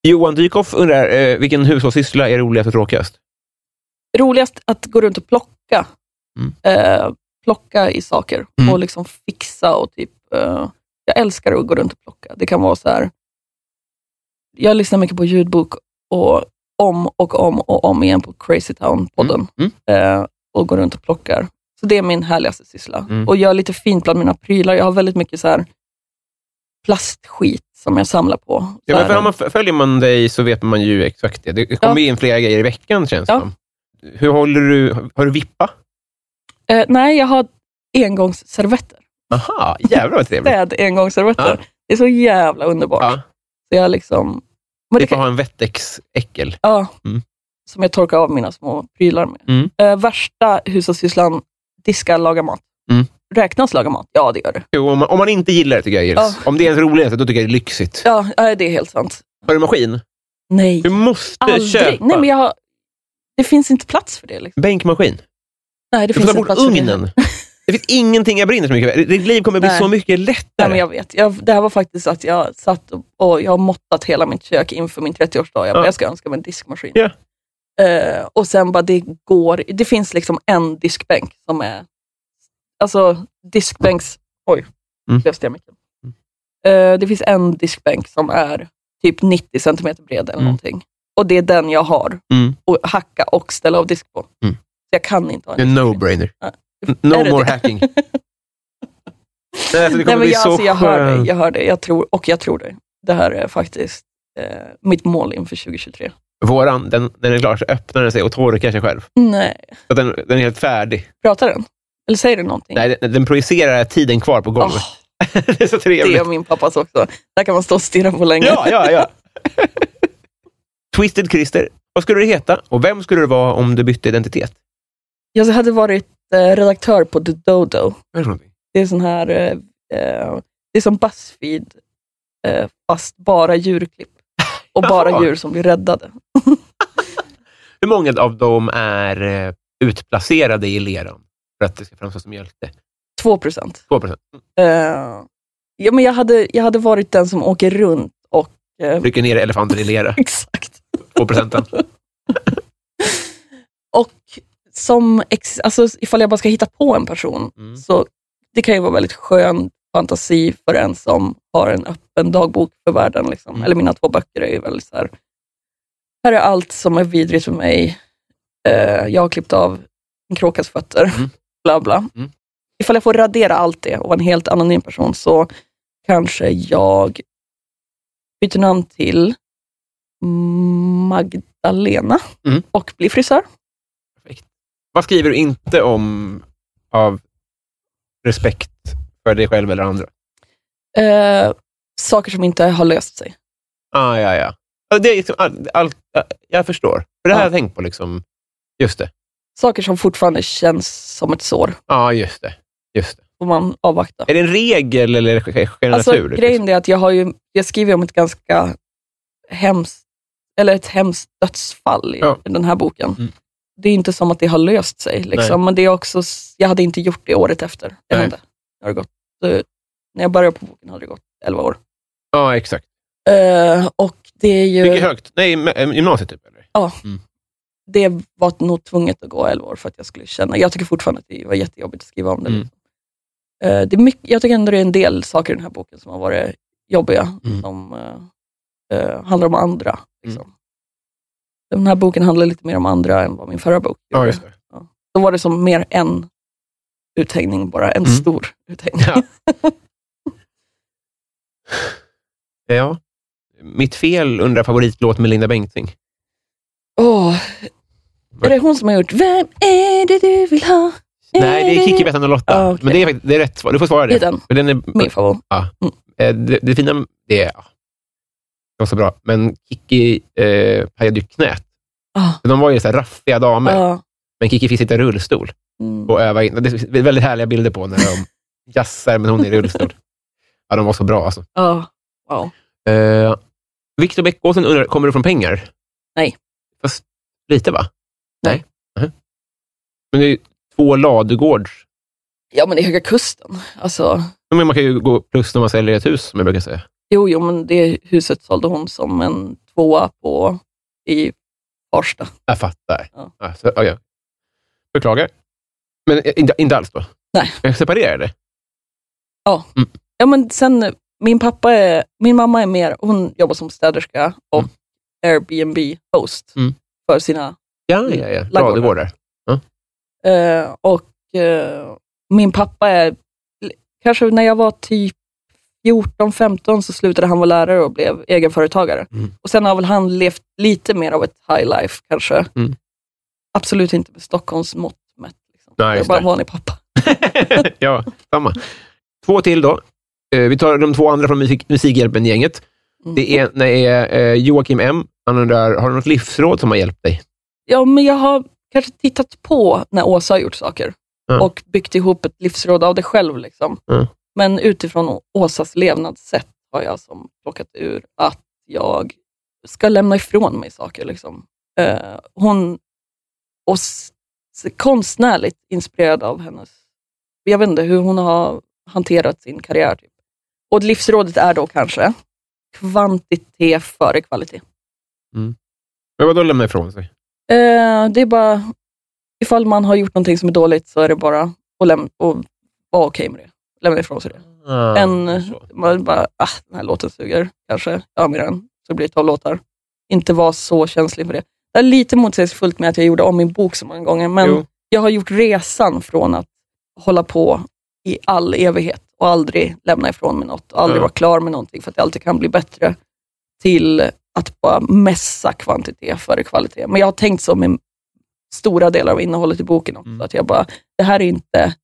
Johan Dykhoff undrar, eh, vilken hushållssyssla är roligast och tråkigast?
Roligast att gå runt och plocka.
Mm.
Eh, plocka i saker
Mm.
och liksom fixa och typ... Eh, jag älskar att gå runt och plocka. Det kan vara så här... Jag lyssnar mycket på ljudbok och om och om och om igen på Crazy Town-podden
Mm.
eh, och går runt och plockar. Så det är min härligaste syssla.
Mm.
Och gör lite fint bland mina prylar. Jag har väldigt mycket så här plastskit som jag samlar på.
Ja,
Så
men för
här-
om man f- följer man dig så vet man ju exakt det. Det kommer in flera grejer i veckan, känns det
Ja.
som. Hur håller du... Har du vippa?
Eh, nej, jag har engångsservetter.
Aha, jävlar vad trevligt.
Städ engångsservetter.
Ja.
Det är så jävla underbart.
Ja,
Så jag liksom... Men det
vippa
kan,
har en Wettex-äckel.
ja.
Mm.
som jag torkar av mina små prylar med.
Mm.
Eh, värsta hushållssysslan, diska, laga mat.
Mm.
Räknas laga mat? Ja, det gör det.
Jo, om, man, om man inte gillar det tycker jag Iris.
Ja.
Om det är ens roligaste, då tycker jag det är lyxigt.
Ja, eh, det är helt sant.
Har du maskin?
Nej,
Du måste
aldrig.
köpa
Nej, men jag har, det finns inte plats för det. Liksom.
bänkmaskin.
Nej, det
Du får
finns
ta
inte
bort
plats för det.
ugnen. Det finns ingenting jag brinner så mycket för. Ditt liv kommer bli
Nej.
så mycket lättare.
Nej, men jag vet. Jag, det här var faktiskt att jag satt och, och jag har måttat hela mitt kök inför min 30-årsdag. Jag, bara,
Ja.
jag ska önska mig en diskmaskin.
Ja.
Eh, och sen bara, det går. Det finns liksom en diskbänk som är... Alltså, diskbänks... Oj,
Mm.
löste jag micken. Eh, det finns en diskbänk som är typ 90 centimeter bred eller
Mm.
någonting. Och det är den jag har
Mm.
att hacka och ställa av disk på.
Mm.
Så jag kan inte ha
Det är
en
en
diskmaskin.
no-brainer.
Ja. Är
No
det
more
det?
hacking. Nej, alltså, det kommer
Nej, men
bli
jag,
så
alltså, jag hör dig,
skönt.
jag hör dig jag tror, och jag tror dig. Det här är faktiskt eh, mitt mål inför 2023.
Våran, den, när den är klar så öppnar den sig och torkar sig själv.
Nej,
Så att den, den är helt färdig.
pratar den? Eller säger den någonting?
Nej, den, den projicerar tiden kvar på golvet.
Åh,
det är så
det
trevligt.
är min pappas också. Där kan man stå och stirra på länge.
Ja, ja, ja. Twisted Christer, vad skulle du heta och vem skulle du vara om du bytte identitet?
Jag hade varit eh, redaktör på The Dodo.
Vad är det för någonting?
Det är sån här, eh, eh, det är som Buzzfeed, eh, fast bara djurklipp. Och bara
Jaha.
djur som blir räddade.
Hur många av dem är eh, utplacerade i leran för att det ska framstå som hjälte?
Två procent.
2 procent.
Eh, ja, men jag, hade, jag hade varit den som åker runt och... eh,
Rycker ner elefanten i lera.
exakt.
2 procenten.
Och som ex, alltså, ifall jag bara ska hitta på en person,
Mm.
så det kan ju vara väldigt skön fantasi för en som har en öppen dagbok för världen. Liksom.
Mm.
Eller mina två böcker är ju väldigt så här, här är allt som är vidrigt för mig. Eh, jag har klippt av en kråkas fötter,
Mm.
bla bla.
Mm.
Ifall jag får radera allt det och vara en helt anonym person, så kanske jag byter namn till Magdalena
Mm.
och blir frisör.
Vad skriver du inte om av respekt för dig själv eller andra?
Eh, saker som inte har löst sig.
Ah, ja, ja. Ja, Det är liksom all, all, jag förstår. För det här
Ja.
har jag tänkt på. Liksom. Just det.
Saker som fortfarande känns som ett sår,
Ja, just det. Just det.
får man avvakta.
Är det en regel eller är det sk- sk-
Alltså,
natur? liksom?
grejen är att jag, har ju, jag skriver om ett ganska hemskt, eller ett hemskt dödsfall i
Ja.
den här boken.
Mm.
Det är inte som att det har löst sig, liksom, men det är också, s- jag hade inte gjort det året efter. Det
Nej.
hände. Det har gått, eh, när jag började på boken hade det gått 11 år.
Ja, exakt.
Eh, och det är ju...
Mycket högt. Nej, me- eh, gymnasiet typ? Eller?
det var nog tvunget att gå 11 år för att jag skulle känna. Jag tycker fortfarande att det var jättejobbigt att skriva om det.
Mm.
liksom. Eh, det är mycket, jag tycker ändå det är en del saker i den här boken som har varit jobbiga,
Mm.
som eh, eh, handlar om andra. Liksom. Den här boken handlar lite mer om andra än vad min förra bok
Ja,
gjorde.
just det.
Då var det som mer en uthängning bara, en
Mm.
stor uthängning.
Ja. ja. Mitt fel undrar favoritlåt med Linda Bengtzing.
Åh, är det hon som har gjort Vem är det du vill ha?
Nej, det är Kikki, Bettan och Lotta.
Ja, Ah, okej.
Men det är, fakt- det är rätt svar. Du får svara
Det är
det.
den,
För den är,
min favorit.
Eh, det, det fina det är... ja, Det var så bra. Men Kikki eh, hajade ju knät.
Ah,
Så De var ju så här raffiga damer,
ah,
men Kikki fick sitta i rullstol
mm.
och öva in. Det är väldigt härliga bilder på när de jassar, men hon är i rullstol. Ja, de var så bra alltså.
ah, wow.
Eh, Victor Bäckåsen undrar, kommer du från pengar?
Nej.
Fast lite, va?
Nej.
Nej. Mhm. Men det är ju två ladugårds.
Ja, men det är Höga Kusten. Alltså,
Ja, Men man kan ju gå plus när man säljer ett hus, som jag brukar säga.
jo, jo, men det huset sålde hon som en tvåa på i Farsta.
Jag fattar.
Ja.
Ja, så, ja, ja. Beklagar. Men eh, inte, inte alls då?
Nej.
Jag separerade.
Ja, men sen, min pappa är, min mamma är mer, hon jobbar som städerska och
Mm.
Airbnb-host
Mm.
för sina,
Ja, ja, ja.
Ladugårdar.
Ladugårdar.
eh, och eh, min pappa är, kanske när jag var typ 14-15 så slutade han vara lärare och blev egenföretagare.
Mm.
Och sen har väl han levt lite mer av ett high life kanske.
Mm.
Absolut inte med Stockholms mått mätt. Liksom.
Nej,
jag är
just
bara en
det.
vanlig pappa.
ja, samma. Två till då. Eh, Vi tar de två andra från musik, Musikhjälpen-gänget.
Mm.
Det ena är eh, Joakim M. Han undrar, har du något livsråd som har hjälpt dig?
Ja, men jag har kanske tittat på när Åsa har gjort saker
Ja.
och byggt ihop ett livsråd av det själv. Liksom.
Ja.
Men utifrån Å- Åsas levnadssätt har jag som plockat ur att jag ska lämna ifrån mig saker. Liksom. Eh, hon och s- s- konstnärligt inspirerad av hennes... Jag vet inte hur hon har hanterat sin karriär. Typ. Och livsrådet är då kanske kvantitet före kvalitet.
Men vadå lämna ifrån sig?
Eh, det är bara, ifall man har gjort någonting som är dåligt så är det bara att läm- och vara okej med det. Lämna ifrån sig det.
Ah,
en,
så.
man bara, ah, den här låten suger kanske, jag med den. Så blir det tolv låtar. Inte vara så känslig för det. Det är lite motsägelsefullt med att jag gjorde om min bok så många gånger, men
Jo.
jag har gjort resan från att hålla på i all evighet och aldrig lämna ifrån mig något och aldrig
Ja.
vara klar med någonting för att det alltid kan bli bättre, till att bara mässa kvantitet före kvalitet. Men jag har tänkt så med stora delar av innehållet i boken också,
Mm.
att jag bara, det här är inte,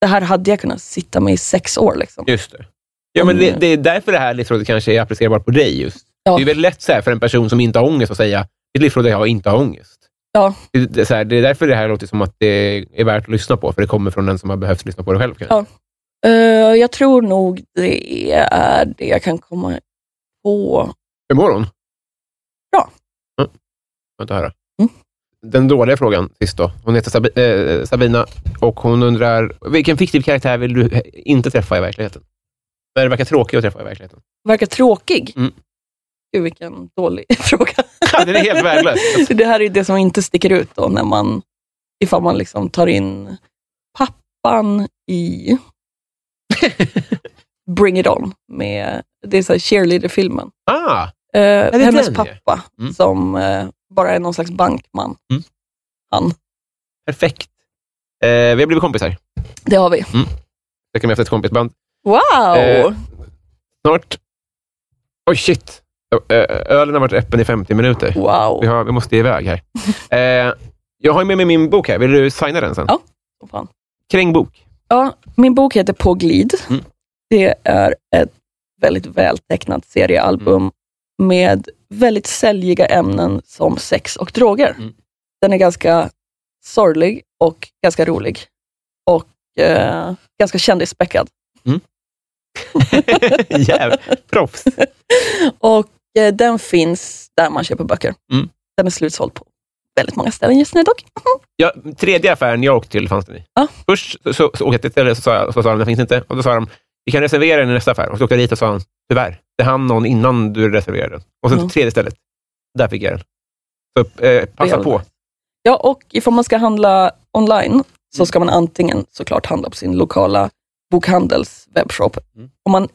det här hade jag kunnat sitta med i sex år. Liksom.
Just det. Ja, men det, det är därför det här livsrådet kanske är applicerbart på dig. just.
Mm. Ja.
Det är väldigt lätt så här för en person som inte har ångest att säga, mitt livsråd är att inte ha ångest.
Ja.
Det, det, är så här, det är därför det här låter som att det är värt att lyssna på, för det kommer från den som har behövt lyssna på det själv. Kanske.
Ja. Eh, jag tror nog det är det jag kan komma på.
Hur mår hon?
Bra.
Mm. Skönt att höra.
Mm.
Den dåliga frågan sist då. Hon heter Sabi eh, Sabina och hon undrar, vilken fiktiv karaktär vill du eh, inte träffa i verkligheten? När det verkar tråkigt att träffa i verkligheten.
Verkar tråkig.
Mm.
Gud, vilken dålig fråga.
Ja, den är helt värdelös.
det här är det som inte sticker ut då, när man, ifall man liksom tar in pappan i Bring It On. Med, det är så här cheerleader-filmen.
Ah,
Eh,
det
hennes
den, ja?
pappa,
Mm.
som eh, bara är någon slags bankman.
Mm.
Han.
perfekt. Eh, vi har blivit kompisar.
Det har vi.
Söker mig efter ett kompisband.
Wow!
Eh, Snart. Oj, shit. Ö- ö- Ölen har varit öppen i 50 minuter.
wow.
Vi, har, vi måste iväg här. Eh, jag har med mig min bok här. Vill du signa den sen?
Ja. Vad fan.
Krängbok.
Ja, min bok heter På glid.
Mm.
Det är ett väldigt vältecknat seriealbum
Mm.
med väldigt säljiga ämnen som sex och droger.
Mm.
Den är ganska sorglig och ganska rolig och eh, ganska kändisspäckad.
Jävlar, proffs.
Och eh, den finns där man köper böcker.
Mm.
Den är slutsåld på väldigt många ställen just nu dock.
Ja, tredje affären jag åkte till fanns den i.
Ja.
Först så, så, så åkte jag till ett ställe och så sa, jag- så sa de, den finns inte. Och då sa de, vi kan reservera den i nästa affär. Och så åkte jag dit och sa, tyvärr, det hann någon innan du reserverade den. Och sen
Ja.
tredje stället, där fick jag den. Så eh, passa
Jävlar.
på.
Ja, och ifall man ska handla online så ska man antingen såklart handla på sin lokala bokhandels webbshop.
Mm.
Om man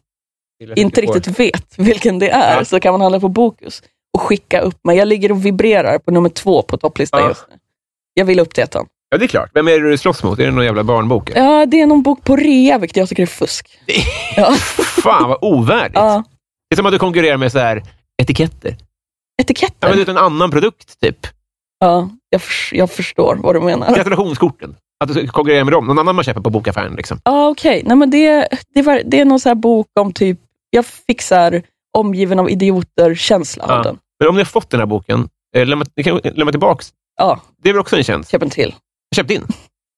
inte riktigt vet vilken det är
Nej.
så kan man handla på Bokus och skicka upp mig. Jag ligger och vibrerar på nummer två på topplistan
Ja.
just nu. Jag vill upp till ettan.
Ja, det är klart. Vem är det du slåss mot? Är det någon jävla barnbok? eller?
Ja, det är någon bok på rea, vilket jag tycker är fusk. ja.
Fan, vad ovärdigt.
ja.
Det är som att du konkurrerar med så här etiketter. Ja,
Etiketter.
men du vet, en annan produkt, typ.
Ja, jag, förs- jag förstår vad du menar.
Gratulationskorten. Att du ska konkurrera med dem. Någon annan man köper på bokaffären. Liksom.
Ja, okej. Nej, men det, det, var, det är någon så här bok om typ, jag fixar omgiven av idioter-känsla
Ja.
av den.
Men om ni har fått den här boken, eh, lämna, ni kan lämna tillbaka.
Ja,
Det är väl också en tjänst?
köp en till.
Köp din.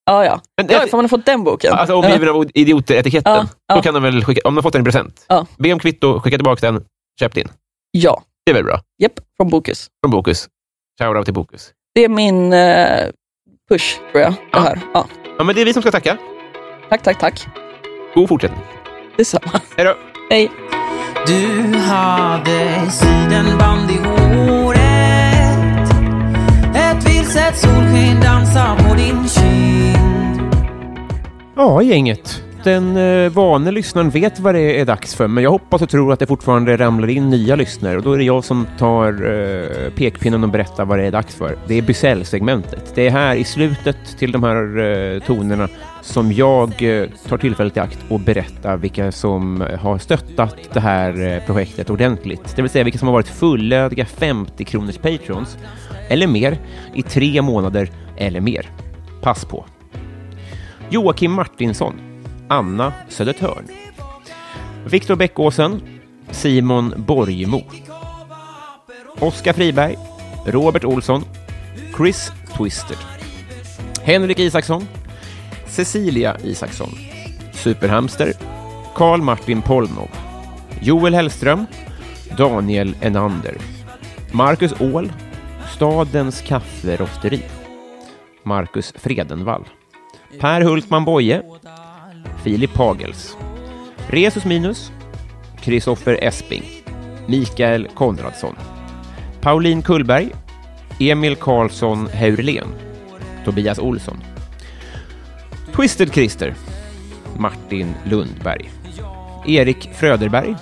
Ja, ja.
Men, eh,
ja ifall man har fått den boken.
Alltså omgiven av idioter-etiketten.
Ja, ja.
Då kan de väl skicka, om de har fått den i present,
Ja.
be om kvitto, skicka tillbaka den, köp din.
Ja,
Det är väl bra?
japp, från Bokus.
Från Bokus. Shoutout till Bokus.
Det är min eh, push, tror jag. Det
Ja.
här. Ja.
Ja, men det är vi som ska tacka.
Tack, tack, tack.
God fortsättning.
Detsamma.
Hej då.
Hej.
Du hade sidenband i håret Ett vilset solsken dansar på din kind
Ja, gänget. Den eh, vane lyssnaren vet vad det är dags för, men jag hoppas och tror att det fortfarande ramlar in nya lyssnare och då är det jag som tar eh, pekpinnen och berättar vad det är dags för. Det är Bysell-segmentet. Det är här i slutet till de här eh, tonerna som jag eh, tar tillfället i akt och berättar vilka som har stöttat det här eh, projektet ordentligt. Det vill säga vilka som har varit fullödiga 50-kronors patrons eller mer i tre månader eller mer. Pass på! Joakim Martinsson, Anna Södertörn, Viktor Bäckåsen, Simon Borgemo, Oskar Friberg, Robert Olsson,
Chris Twisted, Henrik Isaksson, Cecilia Isaksson, Superhamster, Karl Martin Polnov, Joel Hellström, Daniel Enander, Marcus Åhl, Stadens kafferosteri, Marcus Fredenvall, Per Hultman Boye, Filip Pagels, Resus Minus, Kristoffer Esping, Mikael Konradsson, Pauline Kullberg, Emil Karlsson Heurlen, Tobias Olsson, Twisted Christer, Martin Lundberg, Erik Fröderberg,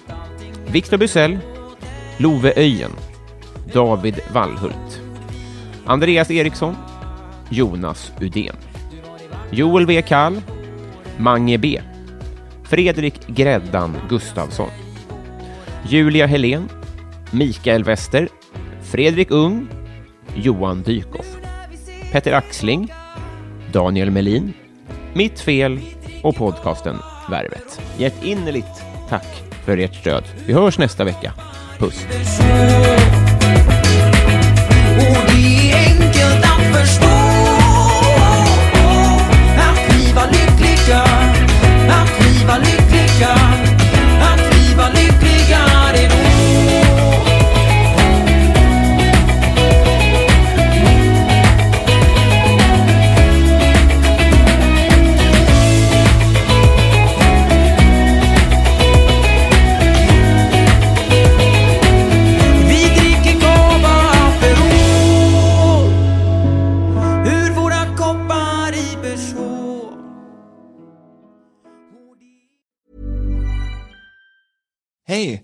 Viktor Bysell, Love Öjen, David Wallhult, Andreas Eriksson, Jonas Udén, Joel V. Kall, Mange B, Fredrik Gräddan Gustafsson, Julia Helén, Mikael Wester, Fredrik Ung, Johan Dykhoff, Petter Axling, Daniel Melin, Mitt Fel och podcasten Värvet. Hjärtinnerligt tack för ert stöd. Vi hörs nästa vecka. Puss!
Och det är enkelt att förstå Att vi var lyckliga Att vi var lyckliga Att vi var lyckliga det då Vi dricker kava Aperol Ur våra koppar Iberså
Hey,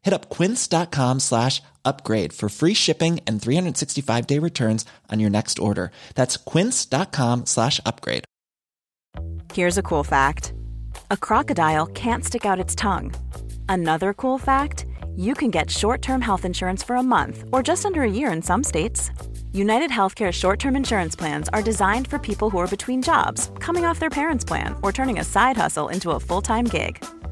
Hit up quince.com slash upgrade for free shipping and 365 day returns on your next order. That's quince.com slash upgrade.
Here's a cool fact a crocodile can't stick out its tongue. Another cool fact you can get short term health insurance for a month or just under a year in some states. United Healthcare short term insurance plans are designed for people who are between jobs, coming off their parents' plan, or turning a side hustle into a full time gig.